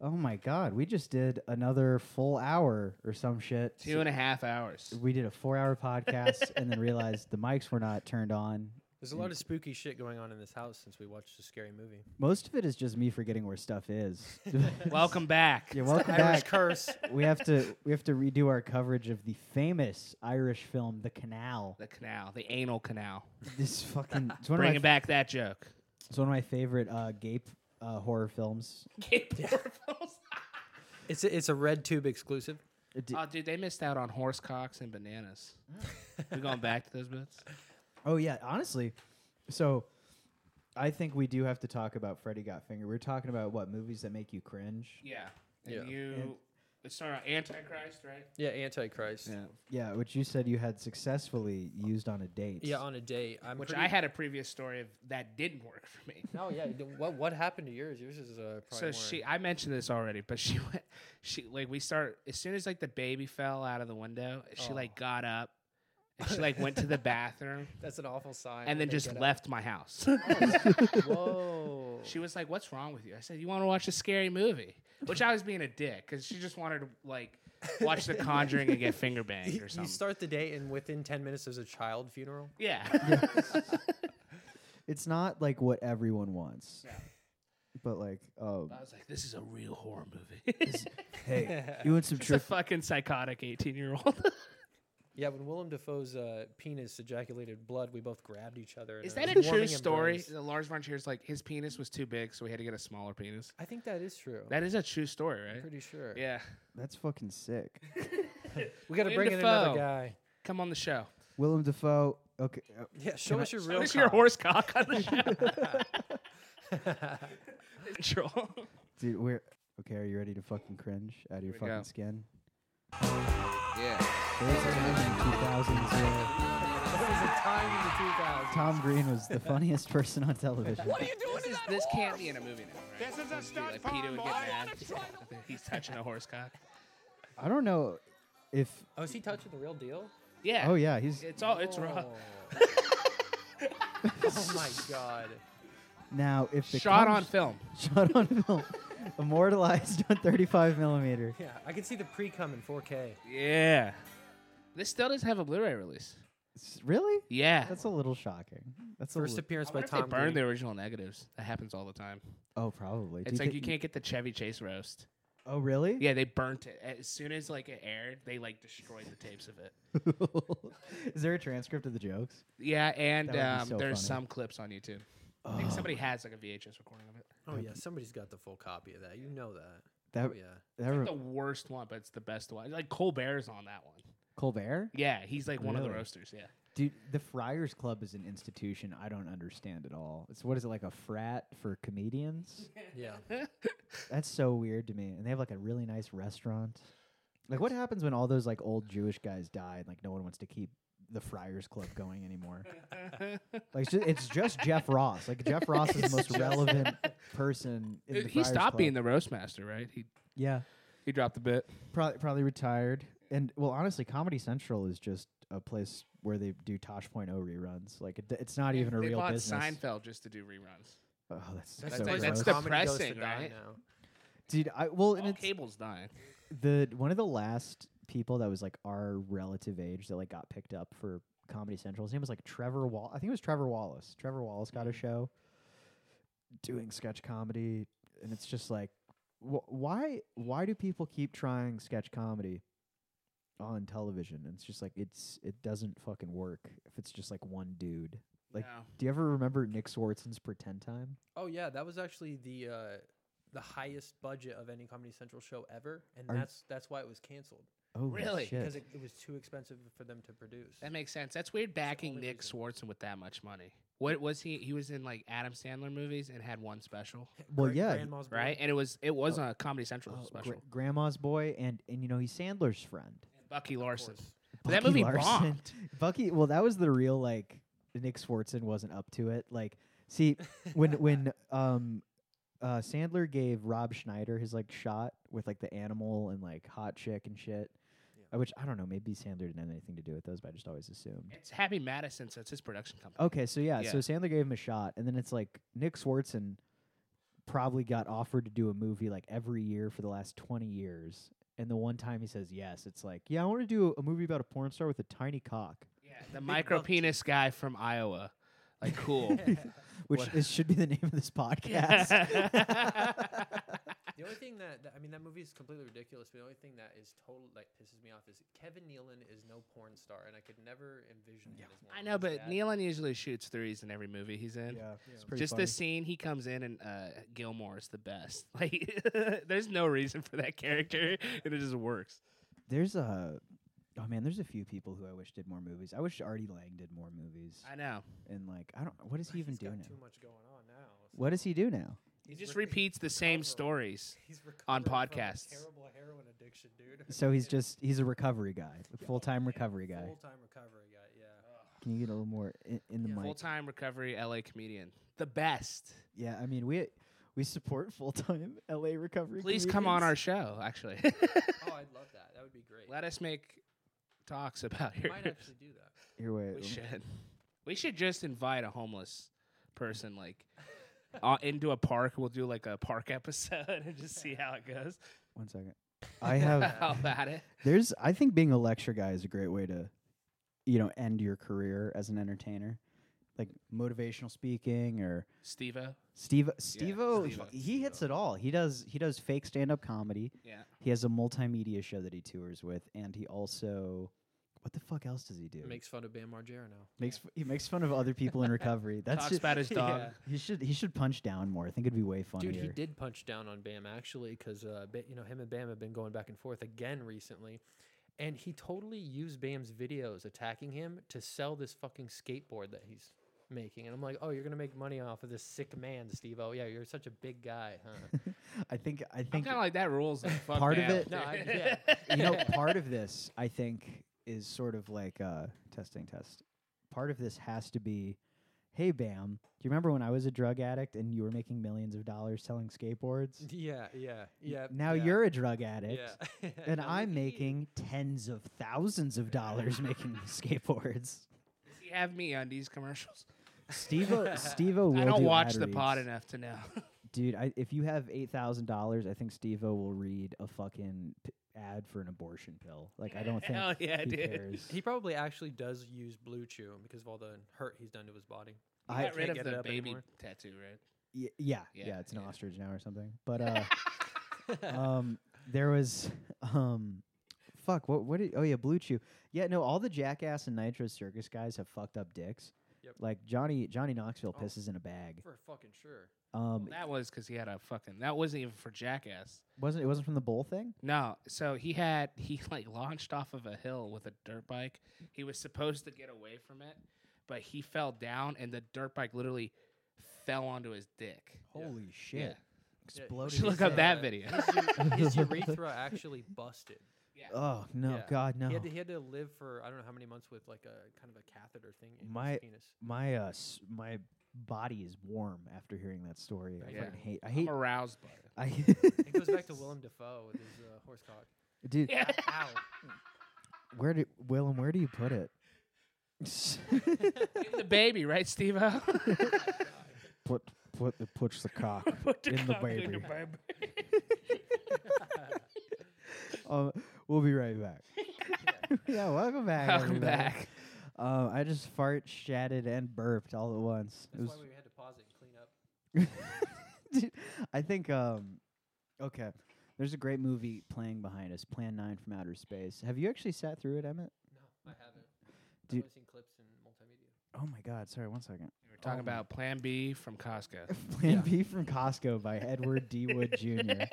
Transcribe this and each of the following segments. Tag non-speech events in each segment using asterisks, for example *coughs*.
Oh my god, we just did another full hour or some shit. Two and a half hours. we did a four-hour podcast and then realized the mics were not turned on. There's a Mm. lot of spooky shit going on in this house since we watched a scary movie. Most of it is just me forgetting where stuff *laughs* is. *laughs* Welcome back. You're welcome Irish back. curse. we have to we have to redo our coverage of the famous Irish film The Canal. The canal, the anal canal. This fucking it's one, of my, Bringing back that joke. it's one of my favorite uh, gape uh, horror films. *laughs* It's a, it's a red tube exclusive. It di- oh, dude, they missed out on horse cocks and bananas. Mm. we going back to those bits? *laughs* Oh yeah, honestly. So I think we do have to talk about Freddy Got Finger. We're talking about what movies that make you cringe. Yeah. And Yeah. you, it's sort of Antichrist, right? Yeah, Antichrist. Yeah, Yeah, which you said you had successfully used on a date. *laughs* on a date. I'm Which pretty- I had a previous story of that didn't work for me. No, Oh, yeah. you don't- What what happened to yours? Yours is uh, *laughs* probably so more- she i mentioned this already but she *laughs* went she like we start as soon as like the baby fell out of the window she Oh. like got up and she like *laughs* went to the bathroom That's an awful sign. when and then they just get up. left my *laughs* house Whoa. she was like what's wrong with you i said you want to watch a scary movie which i was being a dick because she just wanted to like watch the conjuring and get finger banged *laughs* You or you something start the date, and within ten minutes, there's a child funeral. yeah *laughs* It's not like what everyone wants. Yeah. But like, oh, i was like this is a real horror *laughs* movie *laughs* hey, you want some it's a trip? fucking psychotic 18 year old Yeah, when Willem Dafoe's uh, penis ejaculated blood, we both grabbed each other. in *laughs* is that a true warming story embrace. The lars von trier's like his penis was too big so we had to get a smaller penis I think that is true. That is a true story, right? I'm pretty sure. yeah. That's fucking sick. We got to Willem bring in another Dafoe. guy. Come on the show. Willem Dafoe. Okay. uh, Yeah, show us your real. This your cock. horse cock on the show. *laughs* *laughs* Troll. dude, we're okay. Are you ready to fucking cringe out of your we fucking go. skin? Yeah. There's a time in the 2000s where There was a time in the 2000s. Tom Green was *laughs* the funniest person on television. This, is, this can't be in a movie now. Right? This is a stunt like, Peter would get mad. *laughs* He's touching a horse cock. I don't know if. Oh, is he touching the real deal? Yeah. Oh yeah, he's It's all. It's raw. *laughs* oh my god. now if the Shot cum- on film. shot on film, immortalized on 35 millimeter. Yeah, I can see the pre cum in 4K. Yeah. This still doesn't have a Blu-ray release. S- Really? Yeah. That's a little shocking. That's First a li- appearance I by wonder if they Tom burned Green. the original negatives. That happens all the time. oh probably. Do It's like thi- you can't get the Chevy Chase roast. Oh really? Yeah, they burnt it as soon as like it aired. They like destroyed the tapes of it. *laughs* Is there a transcript of the jokes? Yeah, and That would be um, so there's funny. some clips on YouTube. I think somebody has like a VHS recording of it. Oh yeah, somebody's got the full copy of that. You know that. That Oh yeah. that It's re- like the worst one, but it's the best one. Like Colbert's on that one. Colbert, Yeah, he's like one of the Really? roasters. Yeah, dude. The Friars Club is an institution I don't understand at all. It's what is it like a frat for comedians? Yeah. That's so weird to me. And they have like a really nice restaurant. Like, what happens when all those like old Jewish guys die and like no one wants to keep the Friars Club going *laughs* anymore? like, it's just, it's just Jeff Ross. Like, *laughs* Jeff Ross is the most relevant person. In the Uh, he Friars stopped Club. being the roast master, right? He Yeah, he dropped the bit. probably probably retired. And well, honestly, Comedy Central is just a place where they do Tosh Point O reruns. Like, it, it's not even a they real bought business. Seinfeld just to do reruns. Oh, that's, That's, so like, gross. that's that's the Oh, depressing, depressing, right? Now. dude. I well, and All it's cable's dying. the one of the last people that was like our relative age that like got picked up for Comedy Central. His name was like Trevor Wall. I think it was Trevor Wallace. Trevor Wallace got a show doing sketch comedy, and it's just like, wh- why why do people keep trying sketch comedy on television? And it's just like it's it doesn't fucking work if it's just like one dude. Like, No. do you ever remember Nick Swartzen's Pretend Time? Oh yeah, that was actually the uh, the highest budget of any Comedy Central show ever, and Are- that's that's why it was canceled Oh Really? shit. because it, it was too expensive for them to produce. That makes sense. That's weird. Backing only Nick reason. Swartzen with that much money. What was he? He was in like Adam Sandler movies and had one special, well, Gra- yeah, Grandma's Boy. right? And it was it was a Comedy Central Oh, special. gra- grandma's boy, and and you know he's Sandler's friend. Bucky Of Larson. course. But that movie bombed. *laughs* Bucky, well, that was the real like Nick Swartzen wasn't up to it. Like, see, when when um, uh, Sandler gave Rob Schneider his like shot with like the animal and like hot chick and shit, uh, which I don't know. Maybe Sandler didn't have anything to do with those, but I just always assumed. It's Happy Madison, Oh. so it's his production company. Okay, so yeah, Yeah. so Sandler gave him a shot, and then it's like Nick Swartzen probably got offered to do a movie like every year for the last 20 years. And the one time he says yes, it's like, yeah, I want to do a, a movie about a porn star with a tiny cock, Yeah, the micro penis guy from Iowa. *laughs* Like, cool. *laughs* which What- is, should be the name of this *laughs* podcast. *laughs* The only thing that, that I mean, that movie is completely ridiculous. But the only thing that is total like pisses me off is Kevin Nealon is no porn star, and I could never envision him as one. I of know, his but dad. Nealon usually shoots threes in every movie he's it's in. Yeah. pretty Just funny. the scene he comes in and uh, Gilmore is the best. *laughs* Like, there's no reason for that character, *laughs* and it just works. There's a. Oh man, there's a few people who I wish did more movies. I wish Artie Lang did more movies. I know. and like, I don't. What does he even He's do now? got too much going on now. What does he do now? He He's just re- repeats the same recovering. stories. *laughs* He's on recovering from a podcasts. terrible heroin addiction, dude. So he's *laughs* just he's a recovery guy, a Yeah. full time recovery guy. Full time recovery guy. Yeah. Can you get a little more in, in the Yeah. mic? Full time recovery LA comedian. The best. Yeah, I mean we we support full *laughs* time LA recovery. Please come on our comedians. show, actually. Oh, I'd love that. That would be *laughs* great. Let us make talks about we your. might actually do that. Here, wait, *laughs* We lem- should. We should just invite a homeless person like *laughs* uh, into a park. We'll do like a park *laughs* episode and just see how it goes. one second. I have *laughs* how about it? there's I think being a lecture guy is a great way to, you know, end your career as an entertainer, like motivational speaking or steve Steve Stevo. Steve-O. he hits it all. He does he does fake stand up comedy. Yeah. He has a multimedia show that he tours with, and he also what the fuck else does he do? Makes fun of Bam Margera now. Makes f- he makes fun of other people in recovery. That's Talks just, about *laughs* his dog. Yeah. he should he should punch down more. I think it'd be way funnier. Dude, he did punch down on Bam actually, because uh, Ba- you know him and Bam have been going back and forth again recently, and he totally used Bam's videos attacking him to sell this fucking skateboard that he's making. And I'm like, oh, you're gonna make money off of this sick man, Steve. Oh yeah, you're such a big guy, huh? *laughs* I think I I'm think kind of like *laughs* that rules. Like, fuck Part of Bam, it- no, dude. I, yeah. you *laughs* know part of this I think is sort of like uh, testing test. Part of this has to be, hey Bam, do you remember when I was a drug addict and you were making millions of dollars selling skateboards? yeah, yeah, yeah. Now *laughs* yeah, you're a drug addict. yeah. *laughs* And Now I'm look at you. making tens of thousands of dollars making these skateboards. Does he have me on these commercials? Steve *laughs* Steve will I don't do watch ad the pod reads. enough to know. Dude, I, if you have eight thousand dollars, I think Steve will read a fucking p- ad for an abortion pill. Like *laughs* I don't think Hell Oh, yeah, he dude. cares. He probably actually does use Blue Chew because of all the hurt he's done to his *laughs* body. You I- got rid Can't of get it the up baby anymore. tattoo, right? Y- yeah, yeah, Yeah, it's an yeah. ostrich now or something. But *laughs* uh, um, there was um, fuck, what what? Did, oh yeah, Blue Chew. Yeah, no, all the Jackass and Nitro Circus guys have fucked up dicks. Yep. Like Johnny Johnny Knoxville Oh. pisses in a bag. *laughs* For fucking *laughs* sure. Um, That was because he had a fucking. That wasn't even for Jackass. wasn't it wasn't from the bowl thing? No, so he had *laughs* he like launched off of a hill with a dirt bike. He was supposed to get away from it, but he fell down and the dirt bike literally fell onto his dick. Yeah. Holy shit! Yeah. Exploded. should his look head. up *laughs* that video. His, ure- his urethra actually busted. Oh no, Yeah. God no! He, had to, he had to live for I don't know how many months with like a kind of a catheter thing in My- his penis. my uh, s- my body is warm after hearing that story. I Yeah. fucking hate. I I'm hate. aroused by it. *laughs* I *laughs* It goes back *laughs* to Willem Dafoe with his uh, horse cock. dude. Yeah. *laughs* Ow. Where do Willem? Where do you put *laughs* it? In the baby, right, Steve? *laughs* put put the push the *laughs* cock. In the baby. *laughs* um, we'll be right back. *laughs* yeah, welcome back. Welcome everybody. back. Um, I just fart, shatted, and burped all at once. It That's was- *laughs* why we had to pause it and clean up. Dude, I think um okay. There's a great movie playing behind us, Plan 9 from Outer Space. Have you actually sat through it, Emmett? No, I haven't. I've Dude. only seen clips in multimedia. Oh my god, sorry, one second. We're talking Oh. about Plan B from Costco. *laughs* Plan Yeah. B from Costco by Edward D. Wood *laughs* Jr.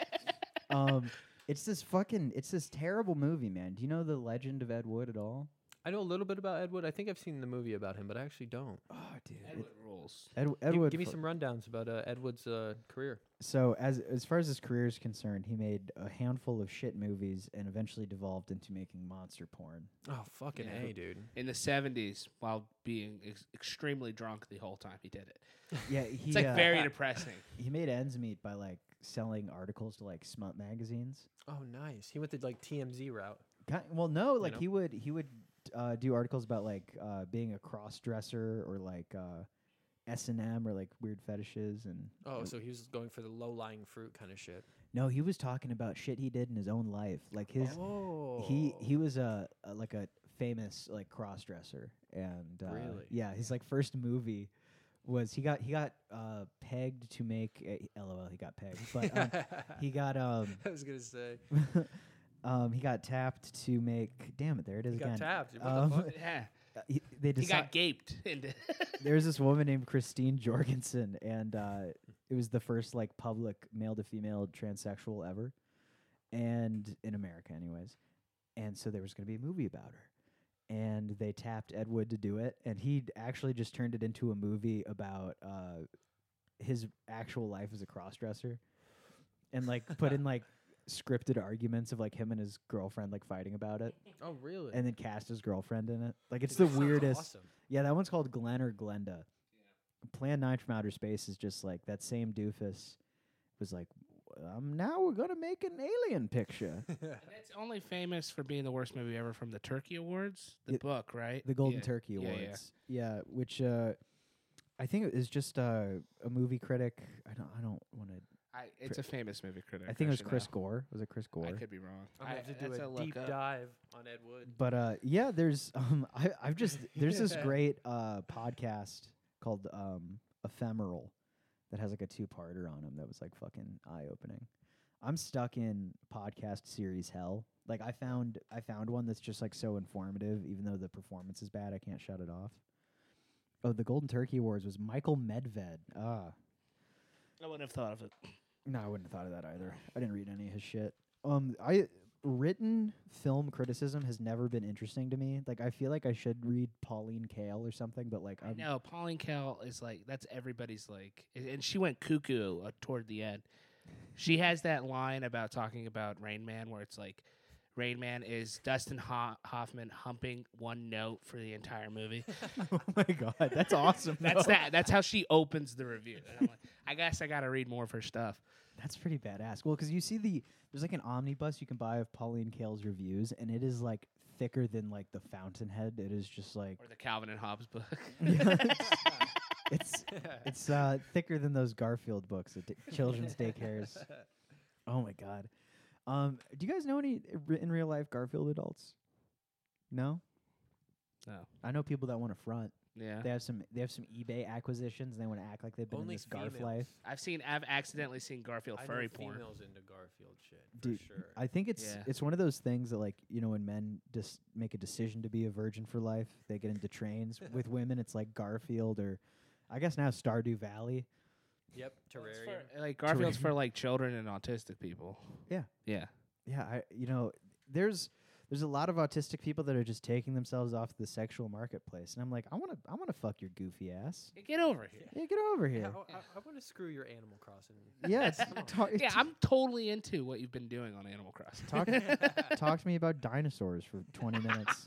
Um it's this fucking it's this terrible movie, man. Do you know the legend of Ed Wood at all? I know a little bit about Ed Wood. I think I've seen the movie about him, but I actually don't. Oh, dude. Edward rules. Ed, Ed Give, Wood give me fu- some rundowns about uh, Ed Wood's uh, career. So as as far as his career is concerned, he made a handful of shit movies and eventually devolved into making monster porn. Oh fucking Yeah. a, dude. In the 70s, while being ex- extremely drunk the whole time he did it. Yeah, he It's like uh, *laughs* very depressing. *laughs* he made ends meet by like selling articles to like smut magazines. Oh nice. He went the like TMZ route. Ki- well, no, like know? he would he would uh, do articles about like uh, being a cross dresser or like uh, S and M or like weird fetishes and Oh, so he was going for the low lying fruit kind of shit. no, he was talking about shit he did in his own life. Like his oh, he he was a, a like a famous like cross dresser and uh, Really? yeah his like first movie was he got he got uh pegged to make uh, lol he got *laughs* pegged but um, he got um Oh. I was gonna say um he got tapped to make damn it there it is he again got tapped. What Um, the fuck? *laughs* Yeah, Uh, he- they he decided got gaped. *laughs* Into there's this woman named Christine Jorgensen, and uh, it was the first like public male to female transsexual ever, and in America, anyways. And so there was going to be a movie about her, and they tapped Ed Wood to do it, and he actually just turned it into a movie about uh, his actual life as a crossdresser, and like put in like scripted arguments of like him and his girlfriend like fighting about it, Oh, really? and then cast his girlfriend in it. Like it's Dude, that the sounds weirdest. *laughs* awesome. Yeah, that one's called Glenn or Glenda. Plan 9 from Outer Space is just like that same doofus was like, um, now we're going to make an alien picture. *laughs* And it's only famous for being the worst movie ever from the Turkey Awards, the Yeah, book, right? the Golden Yeah, Turkey yeah, yeah. Awards. Yeah, which uh, I think is just uh, a movie critic. I don't I don't want to. I, it's a famous movie critic. I think it was should Chris know. Gore. Was it Chris Gore? I could be wrong. I'm gonna I- have to do that's a look deep up. dive on Ed *laughs* Wood. But uh, yeah, there's *laughs* um, I, I've just there's this great uh, podcast called um, Ephemeral that has like a two-parter on him that was like fucking eye-opening. I'm stuck in podcast series hell. Like I found I found one that's just like so informative, even though the performance is bad, I can't shut it off. Oh, the Golden Turkey Awards was Michael Medved. Ah, I wouldn't have thought of it. no, I wouldn't have thought of that either. I didn't read any of his shit. Um, I written film criticism has never been interesting to me. Like, I feel like I should read Pauline Kael or something, but like, I I'm, know Pauline Kael is like that's everybody's like, and- and she went cuckoo uh, toward the end. She has that line about talking about Rain Man, where it's like, Rain Man is Dustin Ho- Hoffman humping one note for the entire *laughs* movie. *laughs* oh my god, *laughs* that's awesome. That's though. that. That's how she opens the review. And I'm like, I guess I got to read more of her stuff. That's pretty badass. Well, because you see the there's like an omnibus you can buy of Pauline Kael's reviews, and it is like thicker than like the Fountainhead. It is just like *laughs* Or the Calvin and Hobbes book. *laughs* *laughs* it's it's uh, thicker than those Garfield books, the d- children's *laughs* daycares. Oh my god. Um, do you guys know any uh, re- in real life Garfield adults? No. No. I know people that want to front. yeah. They have some. They have some eBay acquisitions. and They want to act like they've been in Only this Garf females. life. I've seen. I've accidentally seen Garfield I know furry *laughs* porn. females into Garfield shit for Dude, sure. I think it's Yeah. it's one of those things that like you know when men just make a decision to be a virgin for life, they get into *laughs* trains. With women, it's like Garfield or, I guess now Stardew Valley. yep, It's terrarium. for- like Garfield's for like children and autistic people. Yeah. Yeah. Yeah, I you know, there's there's a lot of autistic people that are just taking themselves off the sexual marketplace, and I'm like, I want to I want to fuck your goofy ass. Hey, Get over here. Yeah, get over Yeah, here. I, want to screw your Animal Crossing. *laughs* Yeah, *laughs* it's, Come on. talk, *laughs* Yeah, I'm totally into what you've been doing on Animal Crossing. talk *laughs* *laughs* talk to me about dinosaurs for 20 minutes.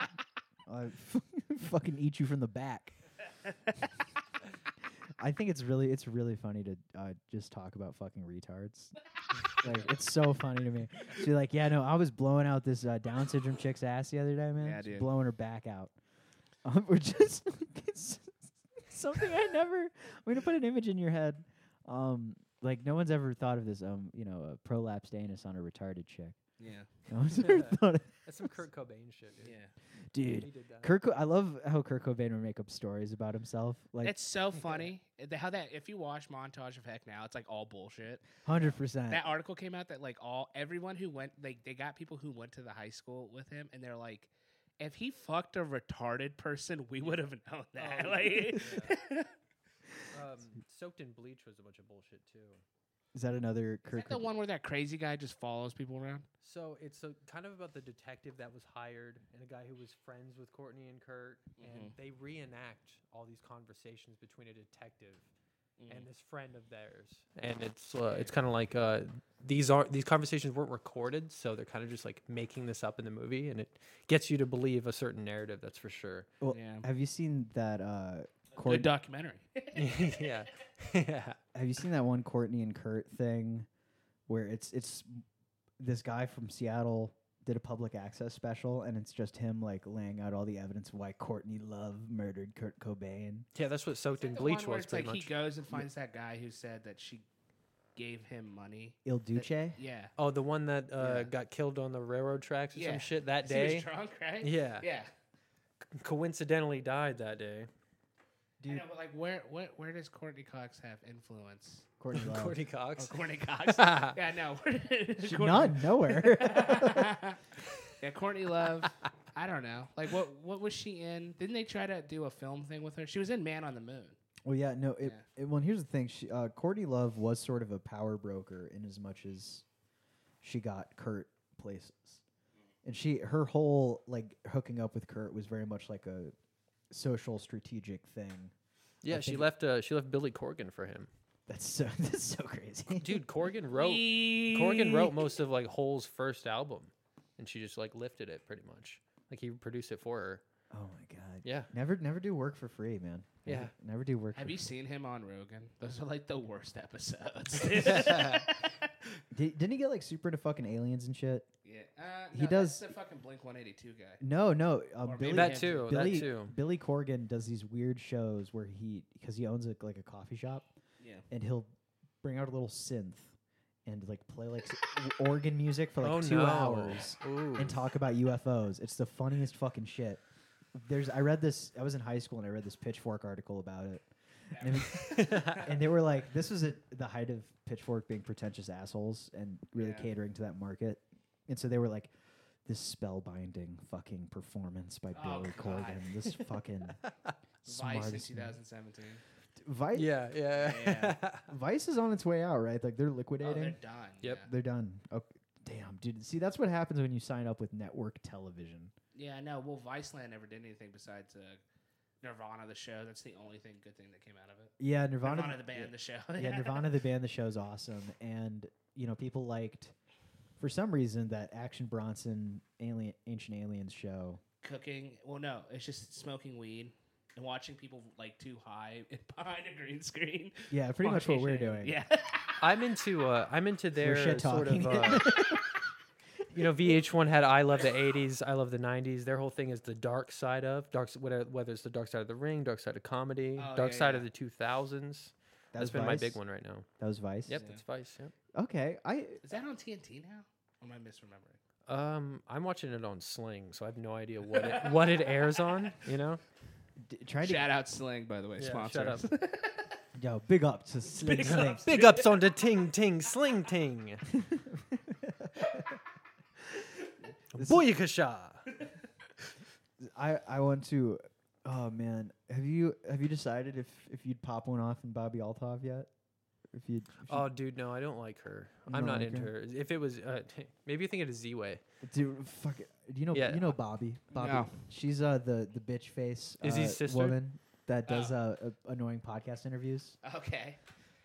I *laughs* fucking eat you from the back. I think it's really it's really funny to uh, just talk about fucking *laughs* retards. like it's so funny to me. She's like, yeah, no, I was blowing out this uh, Down syndrome chick's ass the other day, man. Yeah, Just dude. blowing her back out. Um, *laughs* we're just it's something I never. I'm gonna put an image in your head. Um, like no one's ever thought of this. Um, you know, a prolapsed anus on a retarded chick. yeah. No one's ever thought of *laughs* That's some Kurt Cobain shit, dude. Yeah. dude. He did that. Um, Kurt, Co- I love how Kurt Cobain would make up stories about himself. Like, That's so funny. uh, the- How that if you watch montage of heck now, it's like all bullshit. hundred percent. That article came out that like all everyone who went like they got people who went to the high school with him and they're like if he fucked a retarded person, we would have *laughs* known that. yeah. *laughs* like Um, soaked in bleach was a bunch of bullshit too. Is that another Is Kurt? that the Cobain? one where that crazy guy just follows people around? So it's a, kind of about the detective that was hired and a guy who was friends with Courtney and Kurt, and Mhm. they reenact all these conversations between a detective and this friend of theirs. Mm. And it's uh, it's kind of like uh, these are these conversations weren't recorded, so they're kind of just like making this up in the movie, and it gets you to believe a certain narrative. That's for *laughs* sure. *laughs* Well, Yeah. Have you seen that? Uh, Good Court- documentary. yeah, yeah. have you seen that one Courtney and Kurt thing where it's it's this guy from Seattle did a public access special, and it's just him like laying out all the evidence of why Courtney Love murdered Kurt Cobain. Yeah, that's what soaked in The one bleach where was it's like pretty he much. goes and finds that guy who said that she gave him money. Il Duce. *laughs* Yeah. oh, the one that uh, Yeah. got killed on the railroad tracks or Yeah. some shit that 'Cause *laughs* he was day. drunk, right? Yeah. Yeah. *laughs* coincidentally died that day. I Dude. know, but like, where, where, where does Courtney Cox have influence? *laughs* Courtney Love. Courtney Oh, Cox. *laughs* Courtney Cox. yeah, *laughs* no. She- Courtney- None, nowhere. *laughs* *laughs* yeah, Courtney Love. I don't know. Like, what what was she in? Didn't they try to do a film thing with her? She was in Man on the Moon. well, yeah, no. It, Yeah. it- well, here's the thing. She, uh, Courtney Love was sort of a power broker in as much as she got Kurt places, and she her whole like hooking up with Kurt was very much like a social strategic thing. Yeah, I she think- left. Uh, she left Billy Corgan for *laughs* him. That's so that's so crazy, *laughs* Dude, Corgan wrote. Corgan Corgan wrote most of like Hole's first album, and she just like lifted it pretty much. Like he produced it for her. Oh my god. Yeah. Never never do work for free, man. Never, Yeah. Never do work. Have for you free. seen him on Rogan? Those are like the worst episodes. *laughs* Did, didn't he get like super into fucking aliens and shit? Yeah, uh, He no, does- That's the fucking Blink 182 guy. No, no. Uh, Or Billy, maybe That Hampton. too. Billy, that too. Billy Corgan does these weird shows where he because he owns a, like a coffee shop Yeah. and he'll bring out a little synth and like play like s- w- organ music for like Oh, two no. hours Ooh. and talk about UFOs. It's the funniest fucking shit. There's I read this I was in high school and I read this Pitchfork article about it. And, *laughs* it- and they were like this was at the height of Pitchfork being pretentious assholes and really Yeah. catering to that market. And so they were like this spellbinding fucking performance by Oh, Billy God. Corgan. This fucking *laughs* Vice in smartest man. 2017. Vice Yeah, yeah. Yeah. Vice is on its way out, right? Like they're Oh, liquidating. they're done. Yep. Yeah. They're done. Okay. Damn, dude. See, that's what happens when you sign up with network television. Yeah, I know. Well, Viceland never did anything besides uh, Nirvana, the show. That's the only thing good thing that came out of it. Yeah, Nirvana, Nirvana. the band, the show. *laughs* Yeah, *laughs* Nirvana the band. The show's awesome, and you know people liked, for some reason, that Action Bronson Alien Ancient Aliens show. Cooking. Well, no, it's just smoking weed and watching people like too high *laughs* behind a green screen. Yeah, pretty much what we're Vacation. doing. Yeah. *laughs* I'm into. Uh, I'm into their shit sort of. talking. Uh, you know, VH1 had "I Love the '80s," "I Love the '90s." Their whole thing is the dark side of dark, s- whether, whether it's the dark side of the ring, dark side of comedy, Oh, dark yeah, side yeah. of the 2000s. *laughs* That was That's been my big Vice? one right now. That was Vice. Yep, Yeah. that's Vice. Yep. Okay, I Is that on TNT now? Or am I misremembering? Um, I'm watching it on Sling, so I have no idea what it, what it airs on. You know, d- tried to Shout out Sling, by the way. Yeah, sponsor. shout us. yo big up to Sling Sling. big ups on the ting ting sling ting. *laughs* Booyakasha. I I want to. Oh man, have you have you decided if if you'd pop one off in Bobby Altov yet? If you Oh, dude, no, I don't like her. You I'm don't not like into her? her. If it was, uh, maybe you think it is Z-Way. Dude, fuck it. Do You know, Yeah. you know Bobby. Bobby. No. She's uh the the bitch face. Is he uh, sister? Woman that does uh, uh, annoying podcast interviews. *laughs* Okay.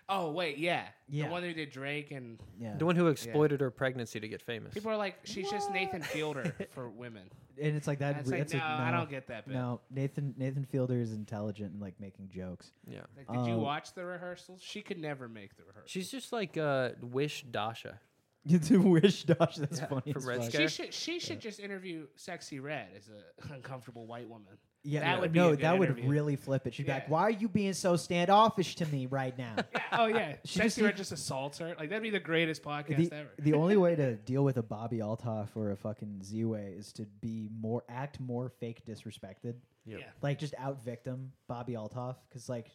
Oh wait, yeah. Yeah. The one who did Drake and Yeah, The one who exploited her pregnancy to get famous. people are like, she's just *laughs* Nathan Fielder for women. and it's like that. And it's re- like, that's no, a, I don't get that bit. No, Nathan Nathan Fielder is intelligent and like making jokes. *laughs* yeah. Like, did you Um, watch the rehearsals? She could never make the rehearsals. She's just like uh, Wish Dasha. You do wish, Josh. That's Yeah, funny. from as Red fuck. Scare. She should. She should just interview Sexy Red as a *laughs* uncomfortable white woman. Yeah, That no, would be a no, good that would interview. really flip it. She'd be like, Yeah. "Why are you being so standoffish to me right now?" Yeah. Oh yeah. She just Sexy Red did- just assaults her. Like that'd be the greatest podcast the, ever. the only way *laughs* to deal with a Bobby Altoff or a fucking Z-Way is to be more act more fake disrespected. Yep. Yeah. Like just out victim Bobby Altoff cuz like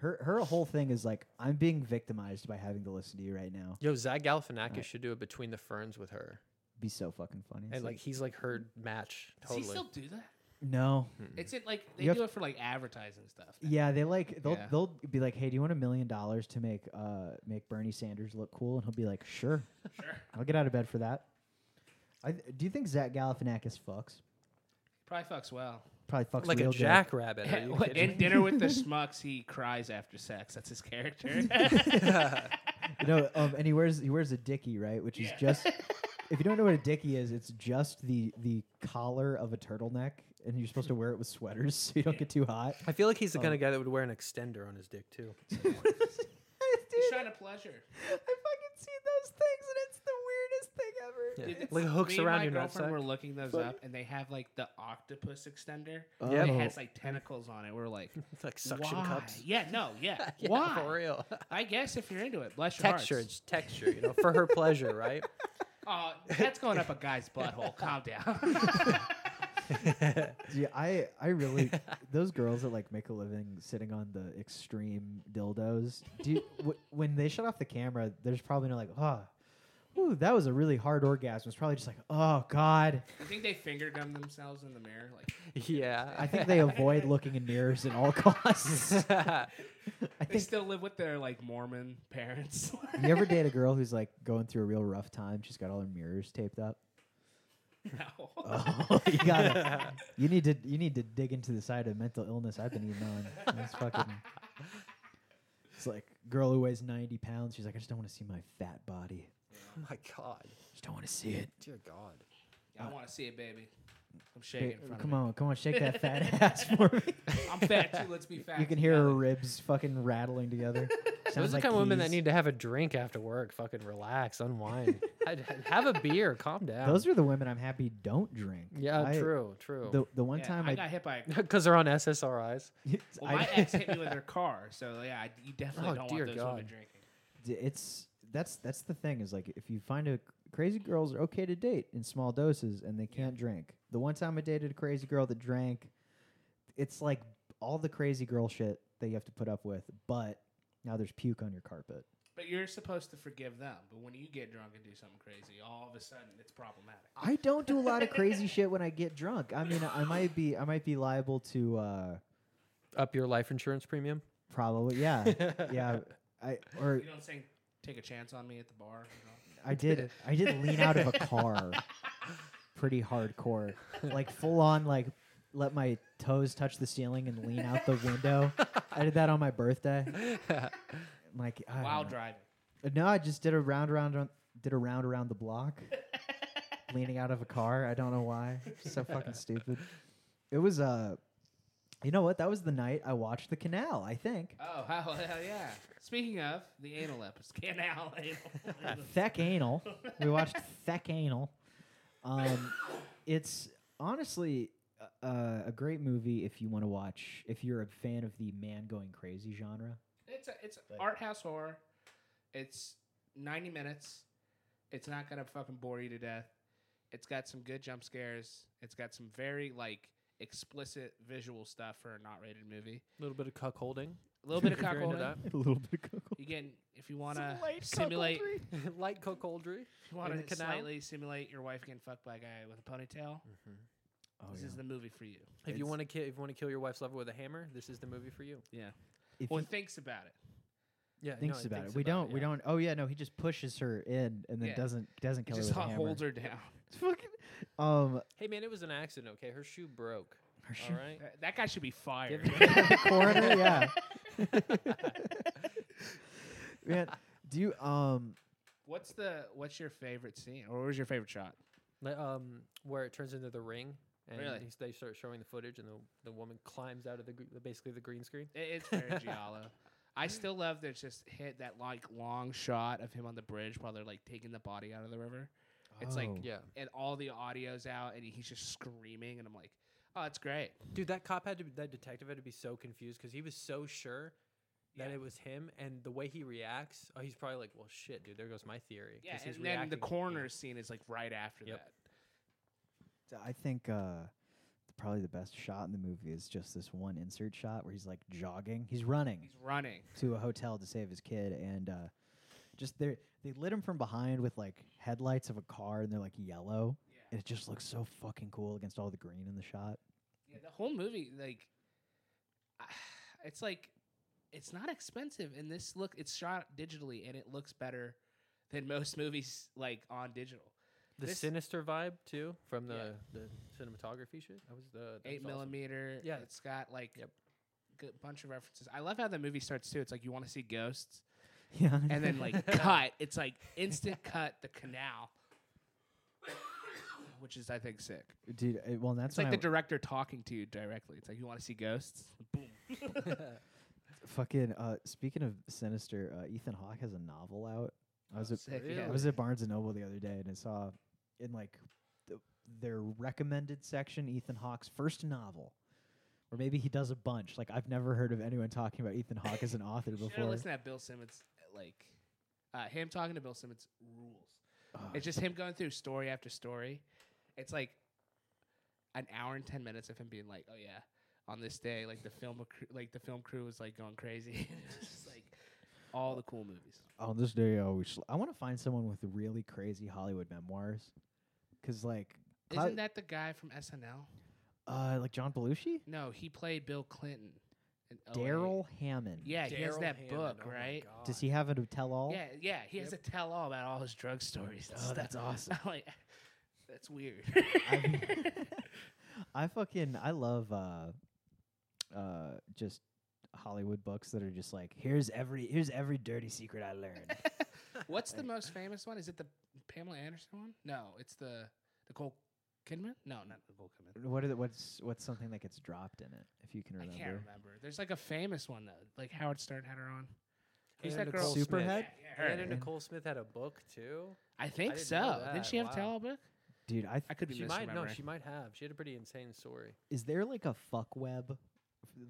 her her whole thing is like I'm being victimized by having to listen to you right now. Yo, Zach Galifianakis Right. should do it between the ferns with her, Be so fucking funny. It's and like he's like her match Does totally. he still do that? *laughs* no. It's in, like they You have do it for like advertising stuff. now. Yeah, they like they'll Yeah. they'll be like, "Hey, do you want a million dollars to make uh make Bernie Sanders look cool?" And he'll be like, "Sure. Sure. I'll get out of bed for that." I do you think Zach Galifianakis fucks? Probably fucks well. Probably fucks like real a good. jackrabbit. *laughs* Are you *laughs* What- kidding in me? Dinner with the Schmucks, he cries after sex. That's his character. *laughs* You know, um, and he wears he wears a dicky, right? Which is Yeah. just if you don't know what a dicky is, it's just the the collar of a turtleneck, and you're supposed to wear it with sweaters so you don't get too hot. *laughs* I feel like he's the Oh. kind of guy that would wear an extender on his dick too. He's trying to pleasure. I fucking see those things, and it's the weirdest thing ever. *laughs* Like hooks Me and around my your girlfriend nutsack. were looking those Funny. up, and they have like the octopus extender. Yeah. It has like tentacles on it. We're like, It's like suction why? cups. Yeah, no, *laughs* yeah. Yeah, why? For *laughs* real. I guess if you're into it, bless your Texture, hearts. it's texture, you know, for her pleasure, *laughs* right? Uh, that's going up a *laughs* guy's butthole. Calm down. Yeah, I I really those girls that like make a living sitting on the extreme dildos. Do you, w- when they shut off the camera, there's probably no like, oh, ooh, that was a really hard orgasm. It's probably just like, oh god. you think they finger gum themselves in the mirror? Like, Yeah. I *laughs* think they avoid looking in mirrors at all costs. *laughs* I they think still live with their like Mormon parents. *laughs* you ever date a girl who's like going through a real rough time. She's got all her mirrors taped up. no. *laughs* Oh, you gotta, you need to, you need to dig into the side of mental illness I've been eating on. That's *laughs* fucking. It's like girl who weighs ninety pounds. She's like, I just don't want to see my fat body. oh my God. Just don't want to see it. Dear God. I want to see it, baby. I'm shaking. in Ba- *laughs* front come of on, come on, shake that *laughs* fat ass for me. me. I'm fat too. Let's be fat. you can hear her together. ribs fucking rattling together. *laughs* Those Sounds are the like kind of women that keys. need to have a drink after work, fucking relax, *laughs* unwind. Had- had- have a beer, calm down. Those are the women I'm happy don't drink. yeah, I- true, true. The the one Yeah, time I, I, got hit by. *laughs* A, *laughs* *laughs* Because they're on SSRIs. well, my I- *laughs* ex hit me with her car, so yeah, I, you definitely Oh, don't dear want those women God. drinking. d- it's that's that's the thing is like if you find a crazy girls are okay to date in small doses and they can't drink. The one time I dated a crazy girl that drank, it's like all the crazy girl shit that you have to put up with, but now there's puke on your carpet. But you're supposed to forgive them. But when you get drunk and do something crazy, all of a sudden it's problematic. I don't do a lot of *laughs* crazy shit when I get drunk. I mean, I might be I might be liable to uh Up your life insurance premium. probably yeah. *laughs* Yeah. I or You don't sing "Take a Chance on Me" at the bar. You I did. I did lean out of a car, pretty hardcore, like full on, like let my toes touch the ceiling and lean out the window. I did that on my birthday. I'm like I know? don't While know. driving. No, I just did a round around on did a round around the block, leaning out of a car. I don't know why. So fucking stupid. It was uh, you know what? That was the night I watched the canal. I think. Oh, *laughs* hell, hell yeah! Speaking of the anal episode, *laughs* canal *laughs* anal. Feck Anal. We watched Feck Anal. Um, it's honestly uh, a great movie if you want to watch, if you're a fan of the man going crazy genre. It's a, it's Like- art house horror. It's 90 minutes. It's not gonna fucking bore you to death. It's got some good jump scares. It's got some very like explicit visual stuff for a not rated movie. A little bit of *laughs* cuckolding. A little bit of If you're into *laughs* cockholding. A little bit of You can if you *laughs* wanna simulate if that. *laughs* Light cuckoldry. you wanna the canal? slightly simulate your wife getting fucked by a guy with a ponytail. this is the movie for you. If you It's- want to kill, if you want to kill your wife's lover with a hammer, this is the movie for you. Yeah. If Or he thinks about it. Yeah, no, thinks about it, we don't. We yeah. don't. Oh yeah, no. He just pushes her in and then Yeah. doesn't doesn't He kill just her with a hammer. holds her down. It's *laughs* fucking. Um, Hey man, it was an accident. Okay, her shoe broke. *laughs* her All shoe- right. That- That guy should be fired. *laughs* the coroner, yeah. *laughs* Man, do you um? what's the what's your favorite scene or what was your favorite shot? Like, um, where it turns into the ring, and Really? he's- they start showing the footage, and the, the woman climbs out of the gr- basically the green screen. It, it's *laughs* very Giallo. I still love there's just hit that like long shot of him on the bridge while they're like taking the body out of the river, It's like- Oh. Yeah, and all the audio's out, and he's just screaming, and I'm like, oh, it's great. dude, that cop had to be, that detective had to be so confused because he was so sure that Yeah. it was him, and the way he reacts, oh, he's probably like, well, shit, dude, there goes my theory. Yeah, 'cause he's and then the reacting- coroner scene is like right after Yep. that. I think uh, probably the best shot in the movie is just this one insert shot where he's like jogging. He's running He's running. to a hotel to save his kid, and uh, just they they lit him from behind with like headlights of a car, and they're like yellow. Yeah. And it just looks so fucking cool against all the green in the shot. *laughs* Yeah, the whole movie, like, it's like, it's not expensive, and this look, it's shot digitally, and it looks better than most *laughs* movies like on digital. The This- sinister vibe too from the Yeah. the cinematography shit. That was the that eight was awesome. millimeter. Yeah. it's got like Yep. good bunch of references. I love how the movie starts too. It's like you want to see ghosts, Yeah, and then like *laughs* cut. It's like instant cut the canal, *coughs* which is I think sick. *laughs* dude. uh, well, that's It's like when the I w- director talking to you directly. It's like you want to see ghosts. Boom. *laughs* fucking. Uh, speaking of sinister, uh, Ethan Hawke has a novel out. I was at sick, yeah. I was at Barnes and Noble the other day, and I saw in like the, their recommended section, Ethan Hawke's first novel, or maybe he does a bunch. Like I've never heard of anyone talking about Ethan Hawke *laughs* as an author Should I before. listen to that Bill Simmons, uh, like uh, him talking to Bill Simmons rules. Ugh. It's just him going through story after story. It's like an hour and ten minutes of him being like, "Oh yeah, on this day, like the film, cr- like the film crew was like going crazy." *laughs* it's just like all the cool movies. on this day I always sl- I want to find someone with really crazy Hollywood memoirs, because like Cloud- Isn't that the guy from SNL? uh like John Belushi, No, he played Bill Clinton. in 08. Daryl Hammond. Oh, Yeah, he has Daryl that Hannah, book, oh my right? Does God. he have a tell all? Yeah, yeah. He has to tell all about all his drug *laughs* stories. and Oh, *laughs* that's stuff. awesome. I'm like, that's weird. *laughs* I- I fucking I love uh uh just Hollywood books that are just like here's every here's every dirty secret I *laughs* learned. What's the most famous one? Is it the Pamela Anderson one? No, it's the Nicole Kidman. No, not Nicole Kidman. what are the, what's what's something that gets dropped in it if you can I remember? can't remember. There's like a famous one though. Like Howard Stern had her on. Who's Anna that girl? Nicole Superhead? Yeah, Smith. yeah, her. Anna Yeah. Nicole Smith had a book too. I think didn't know so. Didn't that. she have Wow. a tell book? Dude, I th- I could be she might no, misremembering. she might have. She had a pretty insane story. is there like a fuck web?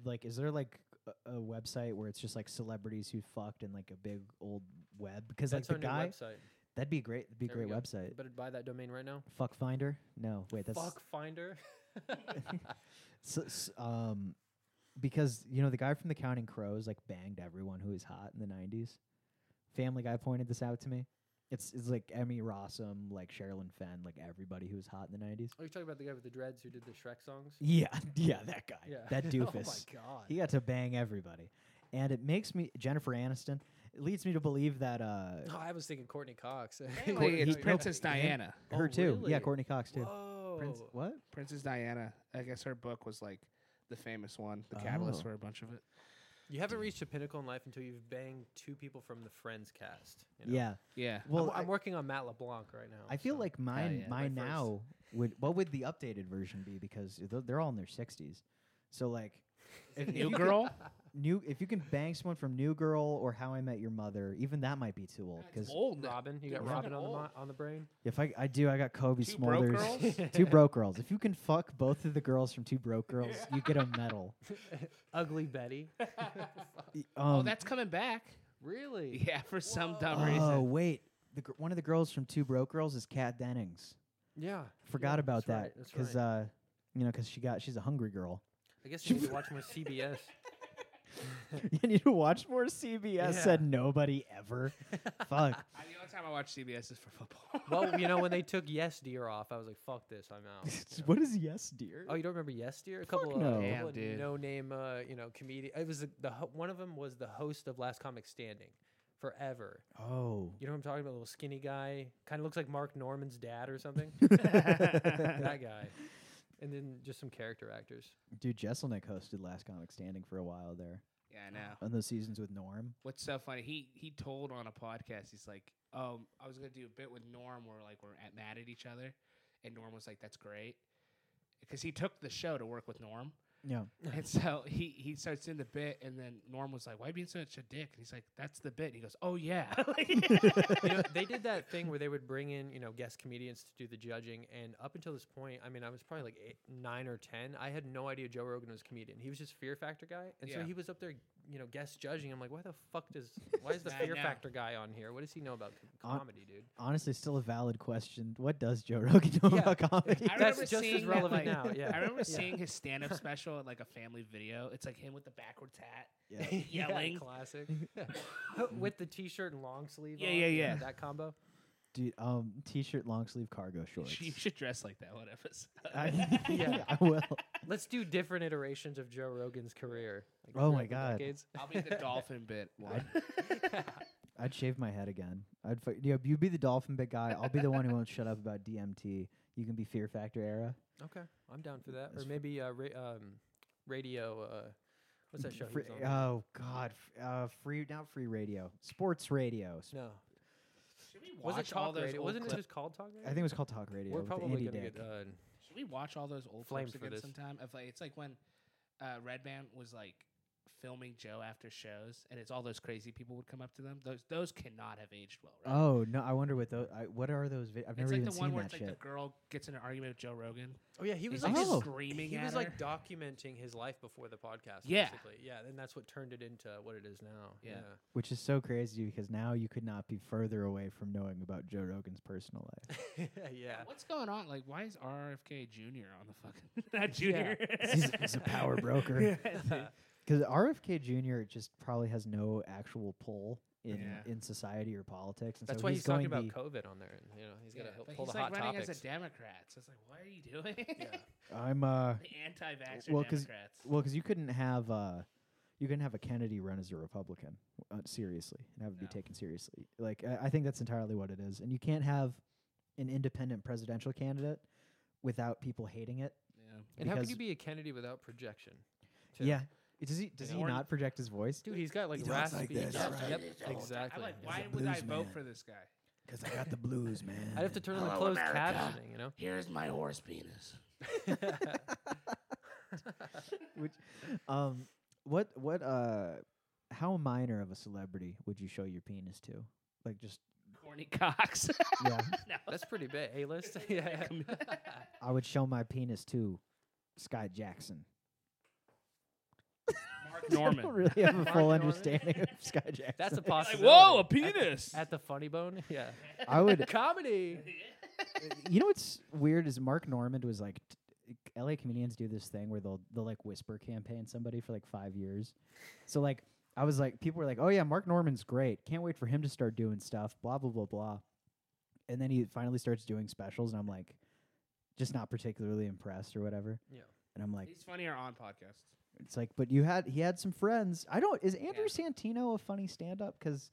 Like is there like a, a website where it's just like celebrities who fucked in like a big old web? Because like That's the our guy new website. that'd be great. That'd be a There we great go. website. Better buy that domain right now. Fuck Finder? No, wait, that's Fuck Finder. *laughs* So, s um, because you know the guy from The Counting Crows like banged everyone who was hot in the '90s. Family Guy pointed this out to me. It's it's like Emmy Rossum, like Sherilyn Fenn, like everybody who was hot in the '90s. Are you talking about the guy with the dreads who did the Shrek songs? Yeah, *laughs* yeah, that guy, Yeah. that doofus. *laughs* oh my god. He got to bang everybody, and it makes me Jennifer Aniston. It leads me to believe that uh, *laughs* *gasps* Oh, I was thinking Courtney Cox. *laughs* Apparently, He- it's he- Princess Prince- Diana. Oh, her too. Yeah, really? Courtney Cox too. Whoa. Prince, what? Princess Diana. I guess her book was like the famous one, the catalyst Oh. for a bunch of it. You haven't reached a pinnacle in life until you've banged two people from the Friends cast. you know? Yeah. Yeah. I'm- Well, I'm, working on Matt LeBlanc right now. I feel Oh, so- like mine, yeah. mine My first. now would. What would the updated version be? Because th- they're all in their sixties, so like, if, if *laughs* New you can- Girl. new. If you can bang someone from New Girl or How I Met Your Mother, even that might be too old. Because old now. Robin. You Dude, got we're Robin fucking on the, old. mi- on the brain. if I, I do, I got Kobe Two broke Smolders, *laughs* *laughs* girls? *laughs* two broke girls. *laughs* If you can fuck both of the girls from Two Broke Girls, you get a *laughs* medal. Ugly Betty. Y- Oh, um, that's coming back. really? Yeah, for some dumb oh reason. wait, the, gr- one of the girls from Two Broke Girls is Kat Dennings. Yeah. Forgot yeah, about that's that right, that's because right. uh, you know, because she got she's a hungry girl. I guess you need to watch more CBS. *laughs* *laughs* you need to watch more CBS. Said Yeah. nobody ever. *laughs* Fuck. *laughs* I- the only time I watch CBS is for football. Well, you know when they took Yes Dear off, I was like, "Fuck this, I'm *laughs* out." you know? what is yes, dear? Oh, you don't remember Yes Dear? A couple no. of, Damn, dude. no name, uh, you know, comedian. It was the, the ho- one of them was the host of Last Comic Standing, forever. *laughs* Oh. You know what I'm talking about? little skinny guy, kind of looks like Mark Norman's dad or something. that guy, and then just some character actors. *laughs* Dude, Jesselnick hosted Last Comic Standing for a while there. yeah, I know. On those seasons with Norm. Uh, What's so funny? He he told on a podcast. He's like, um, I was gonna do a bit with Norm where like we're at, mad at each other, and Norm was like, "That's great," because he took the show to work with *laughs* Norm, Yeah. and so he he starts in the bit, and then Norm was like, "Why are you being such a dick?" And he's like, "That's the bit." And he goes, "Oh *laughs* yeah." you know, they did that thing where they would bring in, you know, guest comedians to do the judging. And up until this point, I mean, I was probably like eight, nine or 10. I had no idea Joe Rogan was a comedian. He was just Fear Factor guy. And Yeah. so he was up there, you know, guest judging. I'm like, why the fuck *laughs* does, why is the I Fear know. Factor guy on here? What does he know about c- On- *laughs* comedy, dude? *laughs* Honestly, still a valid question. What does Joe Rogan know Yeah. about comedy? I That's remember just as seeing that, like- relevant now, yeah. *laughs* I remember Yeah. seeing his stand *laughs* up special at like a family video. It's like him with the backwards hat. *laughs* Yeah. Yeah, Yelling. classic. *laughs* With the t shirt and long sleeve. Yeah, on, yeah, you know, yeah. That combo. Dude, um, t shirt, long sleeve, cargo shorts. You should dress like that one episode. *laughs* I, *laughs* Yeah. I will. Let's do different iterations of Joe Rogan's career. like, Oh my throughout the God. decades. *laughs* I'll be *laughs* the dolphin bit one. *laughs* I'd shave my head again. I'd fu- you, know, you be the dolphin bit guy. I'll be the one who won't shut up about DMT. You can be Fear Factor era. Okay, I'm down for that. That's Or fr- maybe uh, ra- um, radio. Uh, what's that show? he Free, was on? oh God, f- uh, free not free radio, sports radio. Sp- no, Should we was it watch all Talk those Radio? old Wasn't it clips? just called Talk Radio? I think it was called talk radio. we're with probably Andy gonna Dick. get. Uh, Should we watch all those old Flamed clips for again this. sometime? Of like, it's like when uh, Red Band was like filming Joe after shows, and it's all those crazy people would come up to them. Those those cannot have aged well. Right? Oh no, I wonder what those. I, what are those? Vid- I've it's never like even the one seen where that it's like shit. the girl gets in an argument with Joe Rogan. Oh yeah, he He's was like like Oh. screaming he at was her. like documenting his life before the podcast. Yeah. basically. yeah, and that's what turned it into what it is now. Yeah. Which is so crazy because now you could not be further away from knowing about Joe Rogan's personal life. *laughs* yeah. *laughs* yeah. What's going on? Like, why is RFK Jr. on the fucking *laughs* not Junior? He's- he's *laughs* a power broker. Yeah, dude. Because RFK Jr. just probably has no actual pull in Yeah. in society or politics. And That's so why he's, he's, talking about going COVID on there. And, you know, *laughs* he's got to Yeah, but pull he's the like hot running topics. as a Democrat. So it's like, what are you doing? *laughs* Yeah. the. I'm uh. the anti-vaxxer Well, 'cause- Democrats. Well, because you couldn't have uh, you couldn't have a Kennedy run as a Republican uh, seriously and have it No. be taken seriously. Like I, I think that's entirely what it is, and you can't have an independent presidential candidate without people hating it. yeah. and how can because- you be a Kennedy without projection? too? Yeah, does he does Yeah. he Or- not project his voice? Dude, he's got like He talks like raspy. this, yep, right? yep, He's all- exactly. I'm like, Yeah. why a would I blues vote man. for this guy? Because I got the blues, man. I'd have to turn on the Hello, closed America. captioning, you know? Here's my horse penis. *laughs* Which, um, what what uh, how minor of a celebrity would you show your penis to? Like just Corny Cox. yeah, no. That's pretty big. A list. *laughs* *laughs* yeah. I would show my penis to Scott Jackson. Mark *laughs* I don't Norman. *laughs* really have a Mark full Norman. understanding of Scott Jackson. That's a Like, possibility. whoa, a At the- penis. At the, funny bone? Yeah. I *laughs* would uh, Comedy. you know what's weird is Mark Normand was like, t- LA comedians do this thing where they'll they'll like whisper campaign somebody for like five years. So like I was like, people were like, oh yeah, Mark Normand's great. Can't wait for him to start doing stuff. Blah blah blah blah. And then he finally starts doing specials, and I'm like, just not particularly impressed or whatever. Yeah. And I'm like, He's funnier on podcasts. it's like, but you had he had some friends. I don't. Is Andrew Santino a funny stand up? Because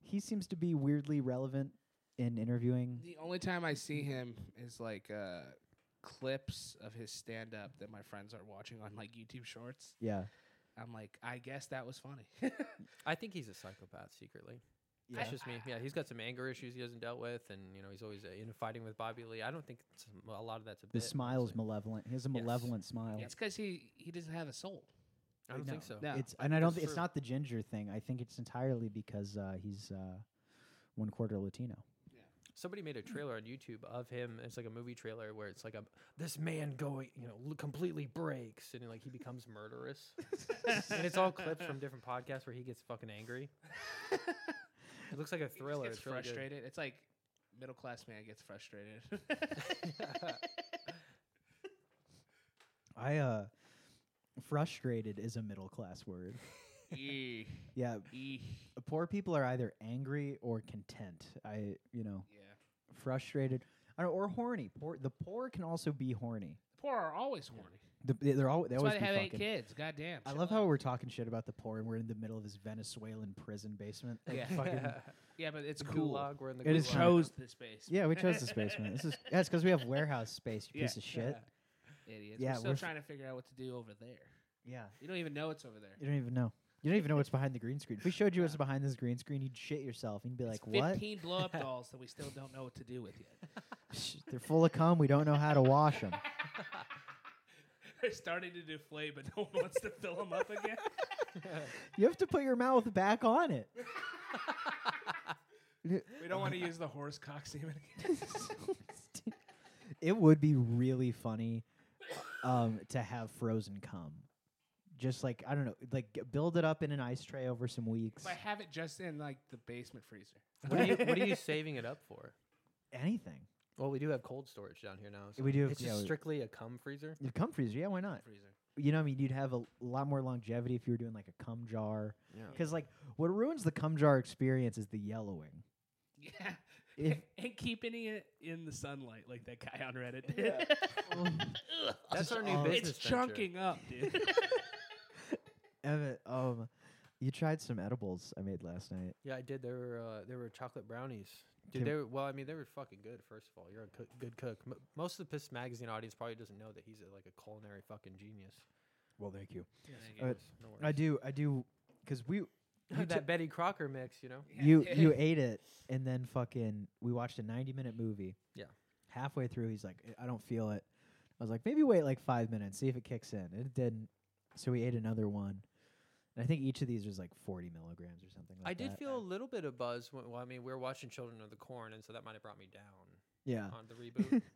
he seems to be weirdly relevant in interviewing. The only time I see him is like uh, clips of his stand up that my friends are watching on like YouTube Shorts. Yeah. I'm like, I guess that was funny. *laughs* I think he's a psychopath secretly. Yeah. That's just me. Yeah, he's got some anger issues he hasn't dealt with, and you know he's always uh, in a fighting with Bobby Lee. I don't think it's, a lot of that's a The bit, smile's honestly. malevolent. He has a Yes. malevolent smile. it's because he he doesn't have a soul. I don't think so. No, No. *laughs* It's and I don't. that's Th- it's true. not the ginger thing. I think it's entirely because uh, he's uh, one quarter Latino. Somebody made a trailer on YouTube of him. It's like a movie trailer where it's like a this man going, you know, l- completely breaks and like he becomes *laughs* murderous. and it's all clips from different podcasts where he gets fucking *laughs* angry. It looks like a He just thriller. gets it's really good. frustrated. It's like middle class man gets *laughs* frustrated. *laughs* I uh, frustrated is a middle class word. Eeh. yeah, Eeh. poor people are either angry or content. I you know Yeah. frustrated. I don't, or horny. Poor, the poor can also be horny. Poor are always horny. The, they- they're all they That's why always they be have eight fucking. kids. Goddamn. I chill love how out. we're talking shit about the poor and we're in the middle of his Venezuelan prison basement. Like, Yeah. fucking- *laughs* Yeah, but it's The cool. gulag. We're in the It We is gulag. fun. Shows- chose this space. Yeah, we *laughs* chose the space, man. This is that's because we have warehouse space, you Yeah. piece of shit. Idiots. Yeah, we're still we're f- trying to figure out what to do over there. Yeah. You don't even know it's over there. You don't even know. You don't even know what's behind the green screen. If we showed you what's behind this green screen, you'd shit yourself and you'd be like, it's What? *laughs* 15 blow up dolls that we still don't know what to do with yet. Psh, They're full of cum. We don't know how to wash *laughs* them. They're starting to deflate, but no one wants to fill them up again. You have to put your mouth back on *laughs* it. *laughs* We don't want to use the horse cock semen again. it would be really funny um, to have frozen cum. Just like, I don't know, like g- build it up in an ice tray over some weeks. *laughs* If I have it just in like the basement freezer. What are you What are *laughs* *laughs* you saving it up for? Anything. Well, we do have cold storage down here now. So We do have- It's just yeah, we- strictly a cum freezer. Your cum freezer, yeah, why not? freezer? you know, what I mean, you'd have a l- lot more longevity if you were doing like a cum jar. *laughs* Oh, Yeah. Because like what ruins the cum jar experience is the yellowing. Yeah. *laughs* *laughs* If and keeping it in the sunlight like that guy on Reddit did. *laughs* Oh, That's our new all- business. it's venture. chunking up, dude. Evan, um, you tried some edibles I made last night. Yeah, I did. There were uh, there were chocolate brownies. Tim- Dude, they were, well, I mean, they were fucking good. First of all, you're a cook, good cook. M- most of the Piss Magazine audience probably doesn't know that he's a, like a culinary fucking genius. Well, thank you. Yeah, Uh, No I worries. do, I do, because we, you *laughs* that Betty Crocker mix, you know. *laughs* you, *laughs* you ate it, and then fucking, we watched a ninety-minute movie. Yeah. Halfway through, he's like, "I don't feel it." I was like, "Maybe wait like five minutes, see if it kicks in." It didn't, so we ate another one. And I think each of these was like 40 milligrams or something. Like I did that. feel a little bit of buzz. When, well, I mean, we were watching Children of the Corn, and so that might have brought me down Yeah. on the reboot. *laughs*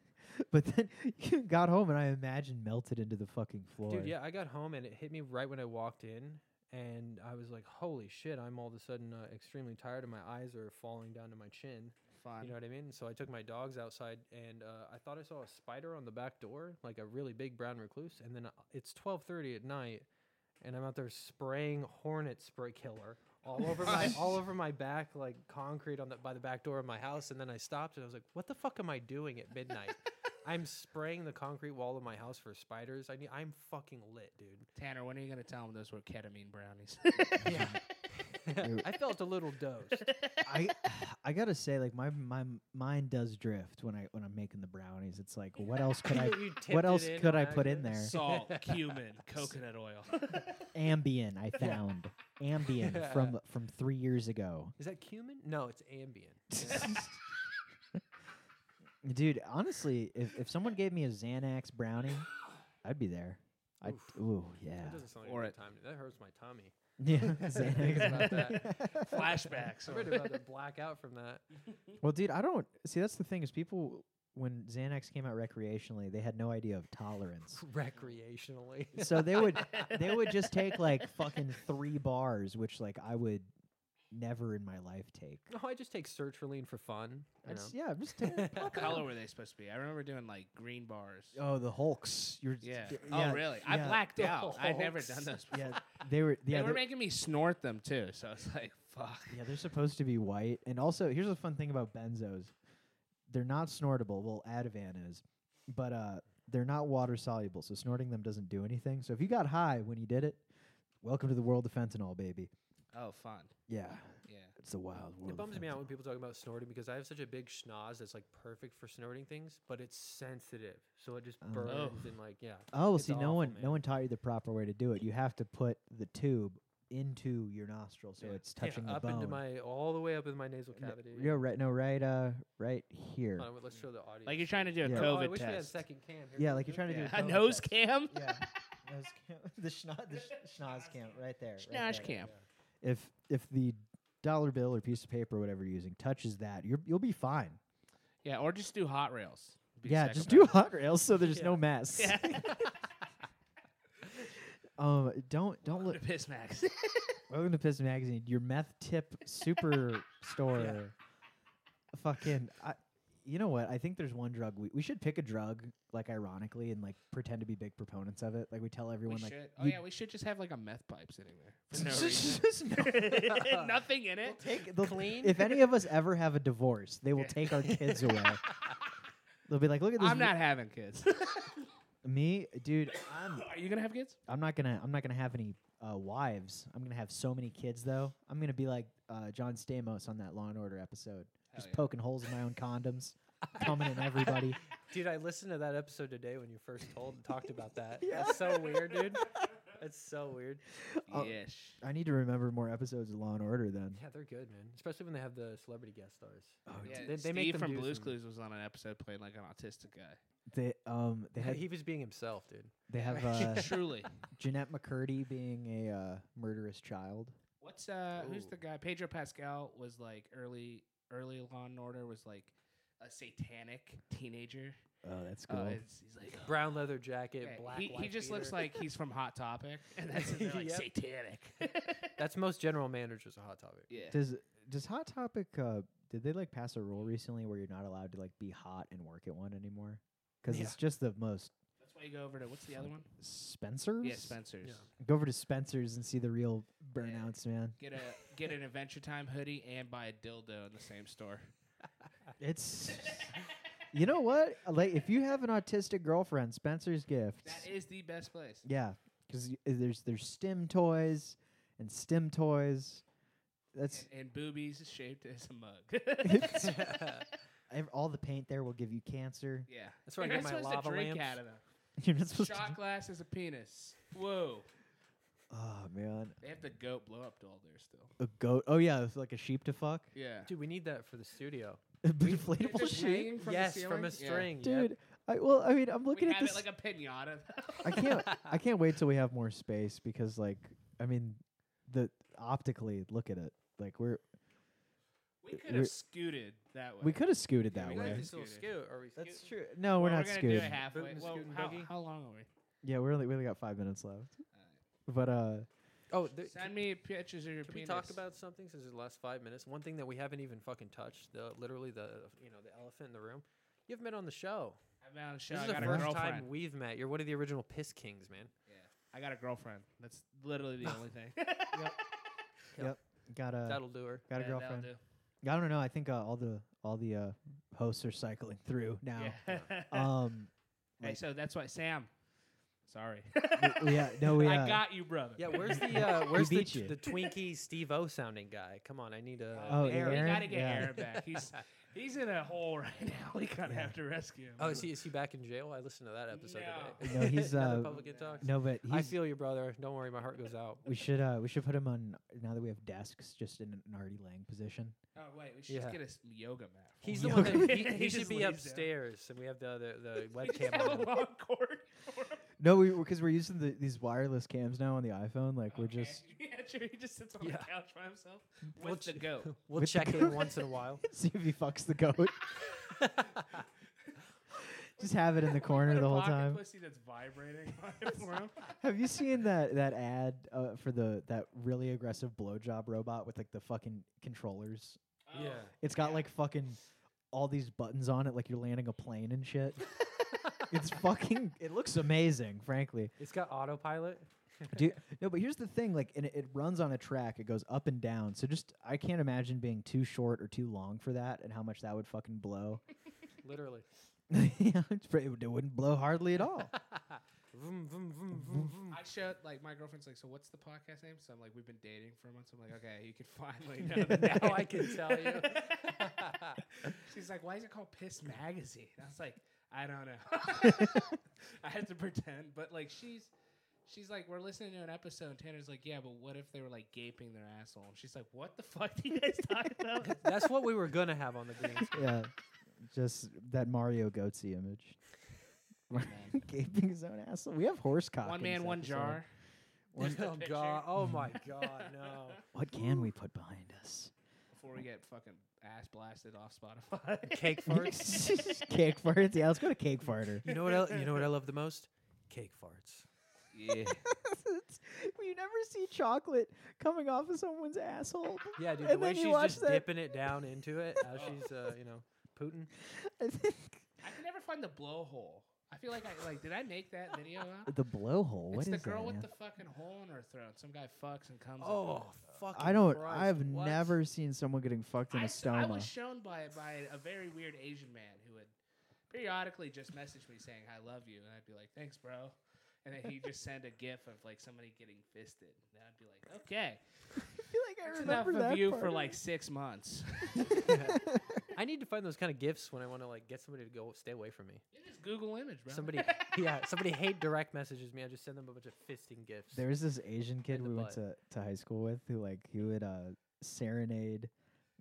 But then *laughs* you got home and I imagine melted into the fucking floor. Dude, yeah, I got home and it hit me right when I walked in, and I was like, "Holy shit!" I'm all of a sudden uh, extremely tired, and my eyes are falling down to my chin. Fun. You know what I mean? So I took my dogs outside, and uh, I thought I saw a spider on the back door, like a really big brown recluse. And then uh, it's 12:30 at night, and I'm out there spraying hornet spray killer all over my all over my back, like concrete on the by the back door of my house. And then I stopped, and I was like, "What the fuck am I doing at midnight?" I'm spraying the concrete wall of my house for spiders. I need, I'm fucking lit, dude. Tanner, when are you gonna tell them those were ketamine brownies? *laughs* Yeah. I felt a little dosed. I I gotta say, like my my m- mind does drift when I when I'm making the brownies. It's like, what else *laughs* could I You tipped what it else in could on I put in accident? there? *laughs* Salt, cumin, coconut oil. Ambien, I found Ambien Yeah. from from three years *laughs* ago. Is that cumin? No, it's ambient. *laughs* Dude, honestly, if if someone gave me a Xanax brownie, I'd be there. I would Oof. ooh yeah *laughs* That doesn't *laughs* sound like Or a it- good time. to- That hurts my tummy. yeah Think about Xanax. *laughs* *laughs* Flashbacks. I'm or- ready about to black out from that. *laughs* Well, dude, I don't see. That's the thing is people when Xanax came out recreationally, they had no idea of tolerance. Recreationally. *laughs* so they would they would just take like fucking three bars, which like I would never in my life *laughs* take. No, I just take sertraline for fun. I You know? just, yeah, I'm just taking. What color were they supposed to be? I remember doing like green bars. oh, the Hulks. You're yeah. d- Oh, really? I yeah, blacked The out. I'd never done *laughs* Hulks. those. Before. Yeah, they were. Yeah, they were they're- making me snort them too. So it's like, fuck. yeah, they're supposed to be white. And also, here's a fun thing about benzos: they're not snortable. Well, Ativan is, but uh, they're not water soluble, so snorting them doesn't do anything. So if you got high when you did it, welcome to the world of fentanyl, baby. Oh, fun. Yeah, Yeah. it's a wild world. It of bums me out fentanyl. when people talk about snorting because I have such a big schnoz that's like perfect for snorting things, but it's sensitive, so it just Oh. burns Oh. and like yeah. Oh, well, It's see, no awful, one, man. no one taught you the proper way to do it. You have to put the tube into your nostril, so yeah. it's Yeah, touching the up bone. into my all the way up in my nasal N- cavity. yeah, right. No, right. Uh, right here. Hold on, wait, let's show the audience. Like you're trying to do a Yeah. Oh, I COVID wish we had a test. second cam. Here, yeah, can like you you're trying to do Yeah. a *laughs* A nose test. cam? Yeah, nose cam. *laughs* the schnoz, the sh- schnoz cam, right there. right Schnoz there. *laughs* cam. If if the dollar bill or piece of paper or whatever you're using touches that, you're, you'll be fine. *laughs* Yeah, or just do hot rails. Be yeah, psychopath. just do hot rails so there's Yeah. no mess. *laughs* Yeah. *laughs* um, don't don't *laughs* look. Piss Max. Welcome to Piss Magazine, your meth tip superstore. Fucking, I, you know what? I think there's one drug we, we should pick a drug like ironically and like pretend to be big proponents of it. Like we tell we everyone like, *laughs* should. Oh you- yeah, we should just have like a meth pipe sitting *laughs* there for no reason. Just no- Nothing in it. take they'll- Clean? If any of us ever have a divorce, they will Yeah. take our *laughs* kids away. They'll be like, look at this. I'm vi- not having *laughs* kids. me, dude. I'm Are you gonna have *laughs* kids? I'm not gonna I'm not gonna have any uh, wives. I'm gonna have so many kids though. I'm gonna be like uh, John Stamos on that Law and Order episode, just yeah. poking holes in my own condoms, coming in *laughs* everybody. Dude, I listened to that episode today when you first told talked *laughs* about that. That's so weird, dude. That's so weird. Oh. yes. I need to remember more episodes of Law and Order then. Yeah, they're good, man. Especially when they have the celebrity guest stars. Oh, Yeah, They- they Steve make them from do Blue's some- Clues was on an episode playing like an autistic *laughs* guy. They um they had he was being himself, dude. they have uh, *laughs* Truly. Jeanette McCurdy being a uh, murderous child. What's uh? Who's Ooh. the guy? Pedro Pascal was like early, early Law and Order was like a satanic teenager. Oh, that's Uh, cool. it's- he's like "Oh, Brown leather jacket, okay." black. He, he wife just looks beater. like he's from Hot Topic, *laughs* and that's it, they're like *laughs* Yep. satanic. *laughs* that's most general managers of Hot Topic. yeah. does does Hot Topic uh did they like pass a rule recently where you're not allowed to like be hot and work at one anymore? Because Yeah. it's just the most That's why you go over to what's the other one? Spencer's. Yeah, Spencer's. Yeah. Go over to Spencer's and see the real burnouts, *laughs* man. Get a get an Adventure Time hoodie and buy a dildo in the same store. It's you know what? Like if you have an autistic girlfriend, Spencer's gift. That is the best place. Yeah, because there's there's stim toys and stim toys. That's And, and boobies shaped as a mug. *laughs* It's- That's ev- all the paint there will give you *laughs* cancer. yeah. where I You're get not my supposed lava to drink lamps. out of them. You're not supposed Shot to. glass is a penis. Whoa. Oh man, They have the goat blow up doll there still. a goat. Oh yeah, it's like a sheep to fuck. *laughs* Yeah. Dude, we need that for the studio. *laughs* Inflatable Just sheep. hanging from the yes, from ceiling? a string. dude. I, well, I mean, I'm Yeah. looking We at have this. it like a pinata. I can't. I can't wait till we have more space because, like, I mean, the optically look at it. Like we're *laughs* We could We're- have scooted that way. we could have scooted Yeah, that we We're could've way. just little scoot. Are we That's scooting? true. No, we're Well, not we're scooting. gonna do it halfway. Bootin' Well, scootin' how, boogie? how long are we? Yeah, we're only we only got five minutes left. But uh, Oh, there, Send me pictures of your Can we penis. talk about something since the last five minutes? One thing that we haven't even fucking touched, the literally the you know the elephant in the room. You've met on the show. I found a show. I This is the got a first girlfriend. time we've met. You're one of the original piss kings, man. I got a girlfriend. That's literally the only *laughs* thing. got a That'll do her. *laughs* got a Yeah, that'll girlfriend. do. I don't know. I think uh, all the all the uh, hosts are cycling through now. *laughs* Yeah. *laughs* Um, hey, like- so that's why Sam. Sorry. *laughs* we- yeah, no, we, uh, I got you, brother. Yeah, *laughs* where's the uh, He where's the, beat t- you. the Twinkie *laughs* Steve O sounding guy? Come on, I need a. Oh, Aaron. Aaron? We gotta get Yeah. Aaron *laughs* back. He's he's in a hole right *laughs* now. We gotta Yeah. have to rescue him. oh, is he is he back in jail? I listened to that episode No. today. No, *laughs* he's, Another uh, public talks. no, but I he's, feel you, brother. Don't worry, my heart *laughs* goes out. we should uh, we should put him on now that we have desks just in an already laying position. Oh wait, we should Yeah. just get a s- yoga mat. for He's the him. one that *laughs* Okay. he, he should just be lays down. upstairs, and we have the other the *laughs* We just webcam. have on a him. long cord for him. No, we because we're using the, these wireless cams now on the iPhone. Like we're Okay. just *laughs* *laughs* yeah, sure. He just sits on Yeah. the couch by himself with We'll the ch- *laughs* goat. With We'll the check in goat. once in a while. see if he fucks the *laughs* goat. just have *laughs* it in the corner What a the whole pocket time. Pussy that's vibrating *laughs* on it for him. Have you seen that that ad uh, for the that really aggressive blowjob robot with like the fucking controllers? Oh, Yeah. *laughs* It's got Yeah. like fucking all these buttons on it, like you're landing a plane and shit. it's fucking. It looks amazing, frankly. It's got autopilot. Dude, no, but here's the thing: like, and it, it runs on a track. It goes up and down. So just, I can't imagine being too short or too long for that, and how much that would fucking blow. *laughs* Literally. Yeah, it's pretty- it wouldn't blow hardly at all. Vroom, vroom, vroom, vroom, vroom. I showed like my girlfriend's like, so what's the podcast name? So I'm like, we've been dating for a month. So I'm like, okay, you can finally know. the *laughs* Now name." I can tell you. *laughs* She's like, why is it called Piss Magazine? I was like, I don't *laughs* know. I had to pretend, but like she's. She's like, we're listening to an episode, and Tanner's like, yeah, but what if they were like gaping their asshole? And she's like, what the fuck do you *laughs* guys talk about? That's what we were gonna have on the green *laughs* screen. yeah, just that Mario Goatsy image. *laughs* Gaping his own asshole. We have horse cock. one in man, this one episode. jar. There's the oh picture. god! Oh my god! No. What can we put behind us? Before we get fucking ass blasted off Spotify. Cake farts. *laughs* cake farts. Yeah, let's go to cake *laughs* farter. *laughs* You know what? I, you know what I love the most? Cake farts. yeah. It's- you never see chocolate coming off of someone's asshole. *laughs* Yeah, dude. The And way then you she's watch just that- dipping it down into it, *laughs* how she's uh, you know Putin. I think I can never find the blowhole. I feel like I like. Did I make that video up? the blowhole. *laughs* What it's is the girl that? with man? the fucking hole in her throat. Some guy fucks and comes. up Oh on her. fuck! I don't. I've never seen someone getting fucked in I a s- I stoma. was shown by by a very weird Asian man who would periodically just message me saying "I love you," and I'd be like, "Thanks, bro." And then he'd just send a gif of like somebody getting fisted, and I'd be like, "Okay, *laughs* I feel like I that's enough remember of that you part for of like it. six *laughs* months." *laughs* I need to find those kind of gifts when I want to like get somebody to go stay away from me. It is Google image, bro. *laughs* Somebody, yeah, somebody hate direct messages me. I just send them a bunch of fisting gifts. There was this Asian kid the we went to, butt. to high school with who like he would uh, serenade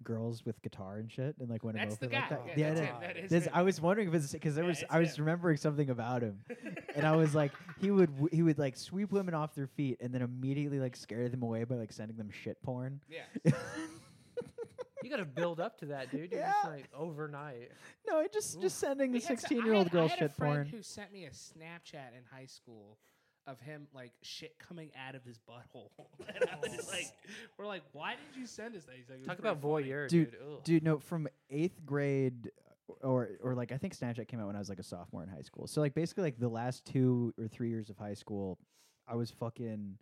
girls with guitar and shit and like went That's over the like guy. that. Yeah, I that's know. him. That is This, him. *laughs* I was wondering if it's because there Yeah, was it's I was him. remembering something about him, and I was like, he would w- he would like sweep women off their feet and then immediately like scare them away by like sending them shit porn. yeah. You got to build up to that, dude. You're Yeah. just like overnight. No, I just just sending the We had s- I sixteen year old had- girl I had a shit friend porn. Who sent me a Snapchat in high school of him like shit coming out of his butthole, *laughs* and I was like, "We're like, why did you send us that?" He's like, "It was Talk pretty about voyeur, Dude, dude. Ugh. Dude, no, from eighth grade uh, or or like I think Snapchat came out when I was like a sophomore in high school. So like basically like the last two or three years of high school, I was fucking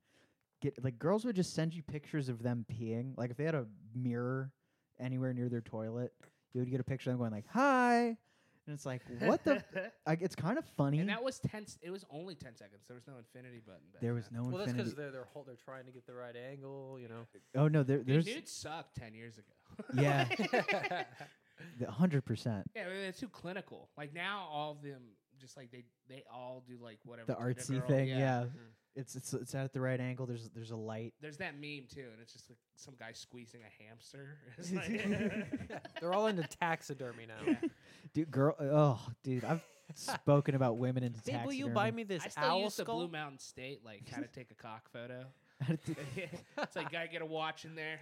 get like girls would just send you pictures of them peeing. Like if they had a mirror anywhere near their toilet, you would get a picture of them going like hi, and it's like *laughs* what the. funny." Like, it's kind of funny. and that was ten. s- It was only ten seconds. There was no infinity button. Back There was then. no Well, that's infinity. because they're they're, whole, they're trying to get the right angle, *laughs* you know. oh no, there, Dude, there's nudes sucked ten years ago. *laughs* Yeah. yeah, the hundred percent. I mean, they're too clinical. Like now, all of them just like they they all do like whatever the Tinder artsy girl- thing. Yeah, Mhm. it's it's it's at the right angle. There's there's a light. There's that meme too, and it's just like some guy squeezing a hamster. *laughs* *laughs* It's like- they're all into taxidermy now. Yeah. Dude, girl. Oh, dude, I've spoken about women in Babe, taxidermy. *laughs* will you buy me this I still owl use the skull? Blue Mountain State like how to take a cock photo. *laughs* it's like gotta get a watch in there,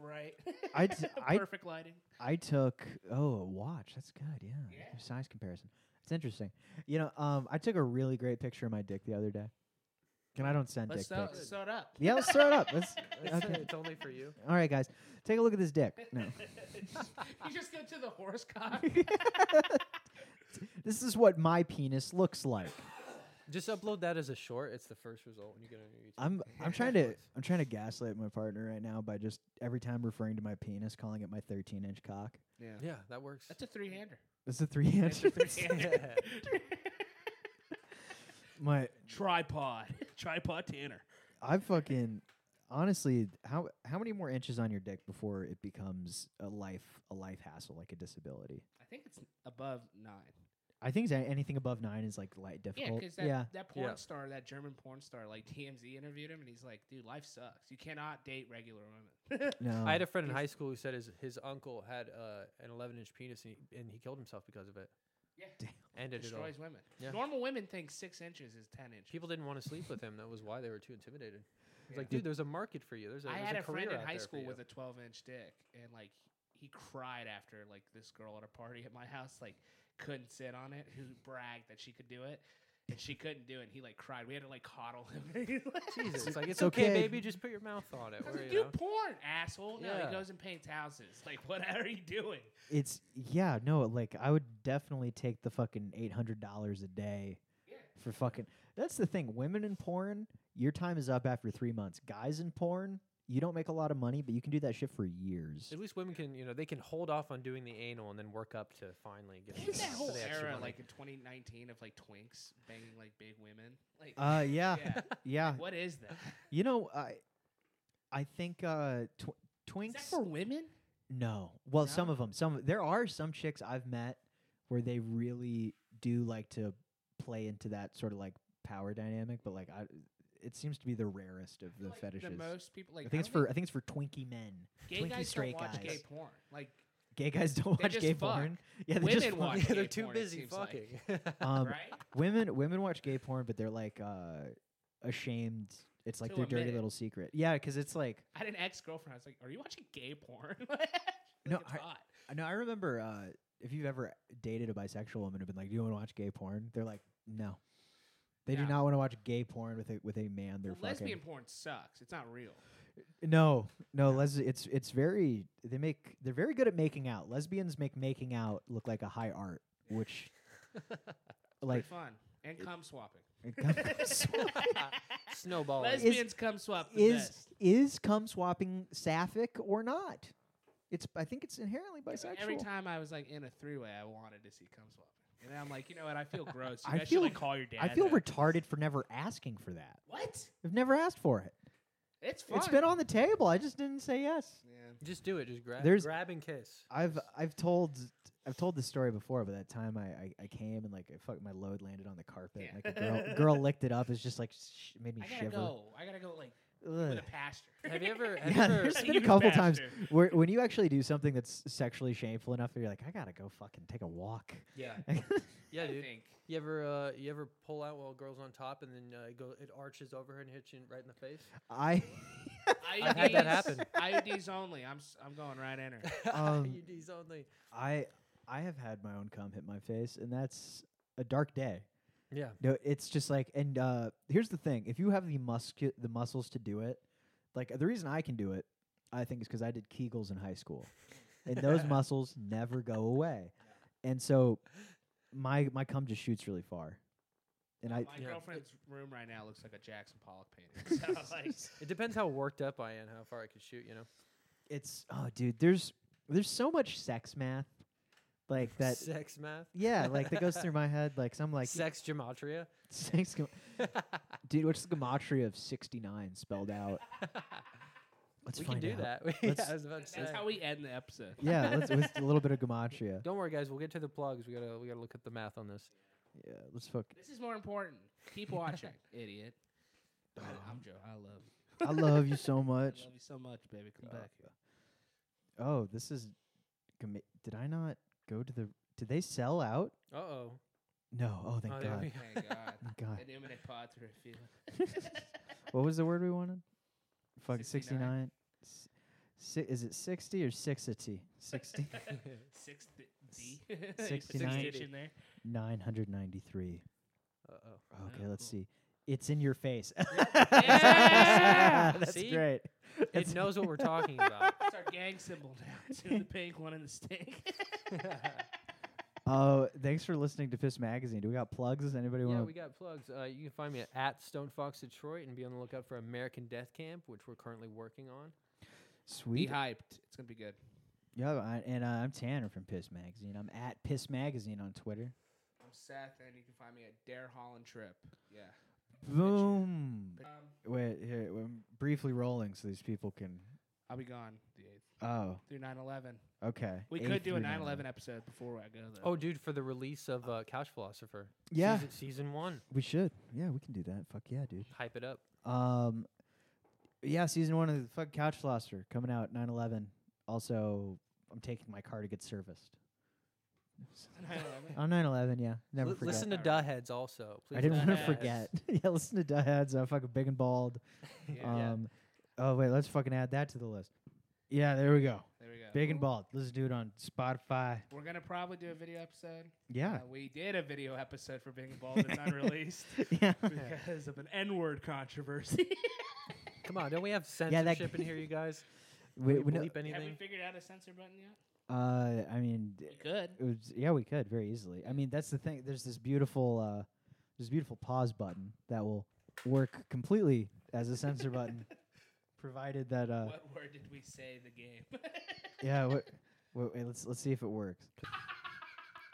*laughs* right, I *laughs* t- I- perfect lighting. I took oh a watch. That's good. Yeah. Yeah. There's Size comparison. It's interesting. You know, um, I took a really great picture of my dick the other day. And I don't send Let's dick sew, pics. sew it up. Yeah, let's throw it up. *laughs* Let's, It's, okay. it's only for you. All right, guys, take a look at this dick. *laughs* No, *laughs* you just go to the horse cock. this is what my penis looks like. *laughs* Just upload that as a short. It's the first result when you get on your YouTube. I'm I'm trying to I'm trying to gaslight my partner right now by just every time referring to my penis, calling it my 13 inch cock. Yeah, yeah, that works. that's *laughs* a three-hander. It's a three inch. That's *laughs* a three-hander. *laughs* my Tripod, tripod Tanner. I fucking honestly how how many more inches on your dick before it becomes a life a life hassle like a disability? I think it's above nine. I think a- anything above nine is like light Yeah, difficult. because that, that porn Yeah. star, that German porn star, like TMZ interviewed him, and he's like, "Dude, life sucks. You cannot date regular women." *laughs* no. I had a friend in high school who said his, his uncle had uh, an 11 inch penis and he, and he killed himself because of it. yeah, And it all. destroys women. Yeah. Normal women think six inches is ten inches. People didn't want to sleep with him. That was why they were too intimidated. It's Yeah. like, dude, there's a market for you. There's a, I there's had a, a friend career in out high there for school you. with a 12 inch dick, and like he cried after like this girl at a party at my house like couldn't sit on it, who bragged that she could do it, and she couldn't do it. And he like cried. We had to like coddle him. *laughs* *laughs* Jesus, it's like it's It's okay, okay. baby. Just put your mouth on it. I was where, like, you do know. porn, asshole. No, Yeah. he goes and paints houses. Like, what are you doing? It's yeah, no, like I would definitely take the fucking eight hundred dollars a day Yeah. for fucking. That's the thing. Women in porn, your time is up after three months. Guys in porn, you don't make a lot of money, but you can do that shit for years. At least women can, you know, they can hold off on doing the anal and then work up to finally get. There's *laughs* that so whole they have some era, money. *laughs* like in 2019, of like twinks banging like big women. Like, *laughs* Uh, yeah, yeah. Yeah. what is that? You know, I, I think uh, tw- twinks. Is that for women? No. Well, No? some of them. Some there are some chicks I've met where they really do like to play into that sort of like power dynamic, but like I, it seems to be the rarest of the Like, fetishes. The most people like. I think it's don't for I think it's for twinky men. gay twinky guys straight don't watch guys. gay porn. Like, Gay guys *laughs* don't They watch just gay fuck. porn. Yeah, they Women just fuck. watch yeah, they're gay too porn, it busy seems like. fucking. *laughs* *laughs* Um, right? Women women watch gay porn, but they're like uh, ashamed. It's like To their dirty admit it. little secret. Yeah, because it's like I had an ex girlfriend. I was like, "Are you watching gay porn?" *laughs* Like, No, it's I- hot. I know I remember uh, if you've ever dated a bisexual woman and been like, "Do you want to watch gay porn?" They're like, "No." They do Yeah. not want to watch gay porn with a with a man. They're Well, lesbian fucking porn sucks. It's not real. no, no. Les, it's it's very they make they're very good at making out. Lesbians make making out look like a high art, which like *laughs* Pretty fun and *laughs* cum swapping. *laughs* Snowball. Lesbians cum swap the is best. is cum swapping sapphic or not? It's I think it's inherently bisexual. Every time I was like in a three way, I wanted to see cum swapping, and then I'm like, you know what? *laughs* I feel gross. You I guys should feel- like call your dad. I feel then. retarded for never asking for that. what? I've never asked for it. It's fun. It's been on the table. I just didn't say yes. Yeah. Just do it. Just grab. There's- grab and kiss. I've I've told I've told this story before, but that time I, I, I came and like I fuck my load landed on the carpet. Yeah. Like a girl girl licked it up. It's just like sh- made me I gotta shiver. go. I gotta go like with Ugh. *sighs* a pastor. Have *laughs* you ever? Have Yeah, you ever there's been a Even couple faster. times where when you actually do something that's sexually shameful enough that you're like, I gotta go fucking take a walk. *laughs* yeah, I yeah, I dude. *laughs* think. You ever? Uh, you ever pull out while a girl's on top and then uh, it go? It arches over her and hits you right in the face. *laughs* IUDs, had *laughs* that happen. IUDs only. I'm s- I'm going right in her. Um, IUDs only. *laughs* I I have had my own cum hit my face, and that's a dark day. Yeah. No, it's just like, and uh, here's the thing: if you have the muscu- the muscles to do it, like the reason I can do it, I think, is because I did Kegels in high school, and *laughs* those muscles never go away, and so my my cum just shoots really far, and *laughs* I My Yeah. girlfriend's room right now looks like a Jackson Pollock *laughs* painting. So like, It depends how worked up I am, how far I could shoot. You know. *laughs* it's oh dude, there's there's so much sex math, like that. sex math. Yeah, like that goes through *laughs* my head. Like, so I'm like, sex gematria. *laughs* *laughs* sex. gem- dude, what's the gematria of 69 spelled *laughs* out? Let's we can find do out. that. *laughs* yeah, Let's- I was about to that's say. how we end the episode. *laughs* *laughs* yeah, let's, with a little bit of gematria. Don't worry, guys. We'll get to the plugs. We gotta we gotta look at the math on this. Yeah, let's fuck. This is more important. Keep watching, *laughs* idiot. I, am Joe. I love you. I love you so I much. love you so much, baby. Come Uh, back here. Oh, this is. commi- Did I not go to the? Did they sell out? Uh oh. No. Oh, thank Oh, there God. we Thank God. *laughs* *laughs* Thank God. An imminent pod through a field. What was the word we wanted? fuck 69. 69. S- si- is it 60 or 60? *laughs* 60. *laughs* Six D. S- You put *laughs* six 69. H in there. 993. Uh oh. Okay, Oh, let's cool. see. It's in your face. *laughs* Yeah. That's See? great. *laughs* It That's- knows what *laughs* we're talking *laughs* about. It's our gang symbol now. *laughs* Two in the pink, one in the stink. Oh, thanks for listening to Piss Magazine. Do we got plugs? Does anybody yeah, want we got plugs. Uh, you can find me at, at Stone Fox Detroit and be on the lookout for American Death Camp, which we're currently working on. Be Sweet. hyped. It's gonna be good. Yeah, I, and uh, I'm Tanner from Piss Magazine. I'm at Piss Magazine on Twitter. I'm Seth, and you can find me at Dare Holland Trip. Yeah. Boom. Um, Wait, here, I'm briefly rolling so these people can. I'll be gone the eighth Oh, through 9/11. okay. We Eight could do a through 9/11 episode before I go though. *laughs* Oh, dude, for the release of uh, Couch Philosopher. Yeah, Season, season one. we should. Yeah, we can do that. Fuck yeah, dude. Hype it up. Um, yeah, season one of the fuck Couch Philosopher coming out 9/11. Also, I'm taking my car to get serviced 9/11. on 9/11. Yeah, never L- forget. listen to Alright. Duhheads also. Please I didn't don't want to Duhheads. forget. *laughs* yeah, listen to Duheads. I'm fucking big and bald. Yeah, yeah. Um, oh wait, let's fucking add that to the list. Yeah, there we go. there we go. Big and bald. Let's do it on Spotify. We're gonna probably do a video episode. Yeah. Uh, we did a video episode for Big and Bald that's unreleased *laughs* yeah. because of an N-word controversy. Come on, don't *laughs* we have that- censorship in here, you guys? We, Can we we know- bleep Have we anything? figured out a censor button yet? uh, I mean, d- could. it was, yeah, we could very easily. I mean, that's the thing. There's this beautiful, uh, this beautiful pause button that will work completely as a censor button, provided that. Uh, what word did we say the game? *laughs* yeah. What, wait, wait, let's let's see if it works.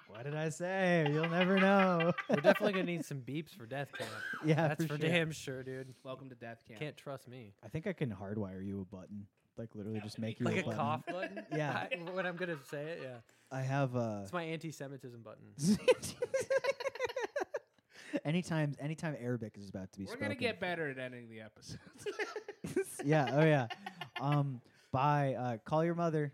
what did I say? You'll never know. *laughs* We're definitely gonna need some beeps for Death Camp. yeah, That's sure. for damn sure, dude. Welcome to Death Camp. Can't trust me. I think I can hardwire you a button. Like literally, That just would be make you Like a button. cough button. Yeah. *laughs* I- when I'm gonna say it, yeah. I have. Uh, It's my anti-Semitism button. *laughs* anytime, anytime Arabic is about to be We're spoken. gonna get better at ending the episodes. *laughs* yeah. Oh yeah. Um, by uh, call your mother.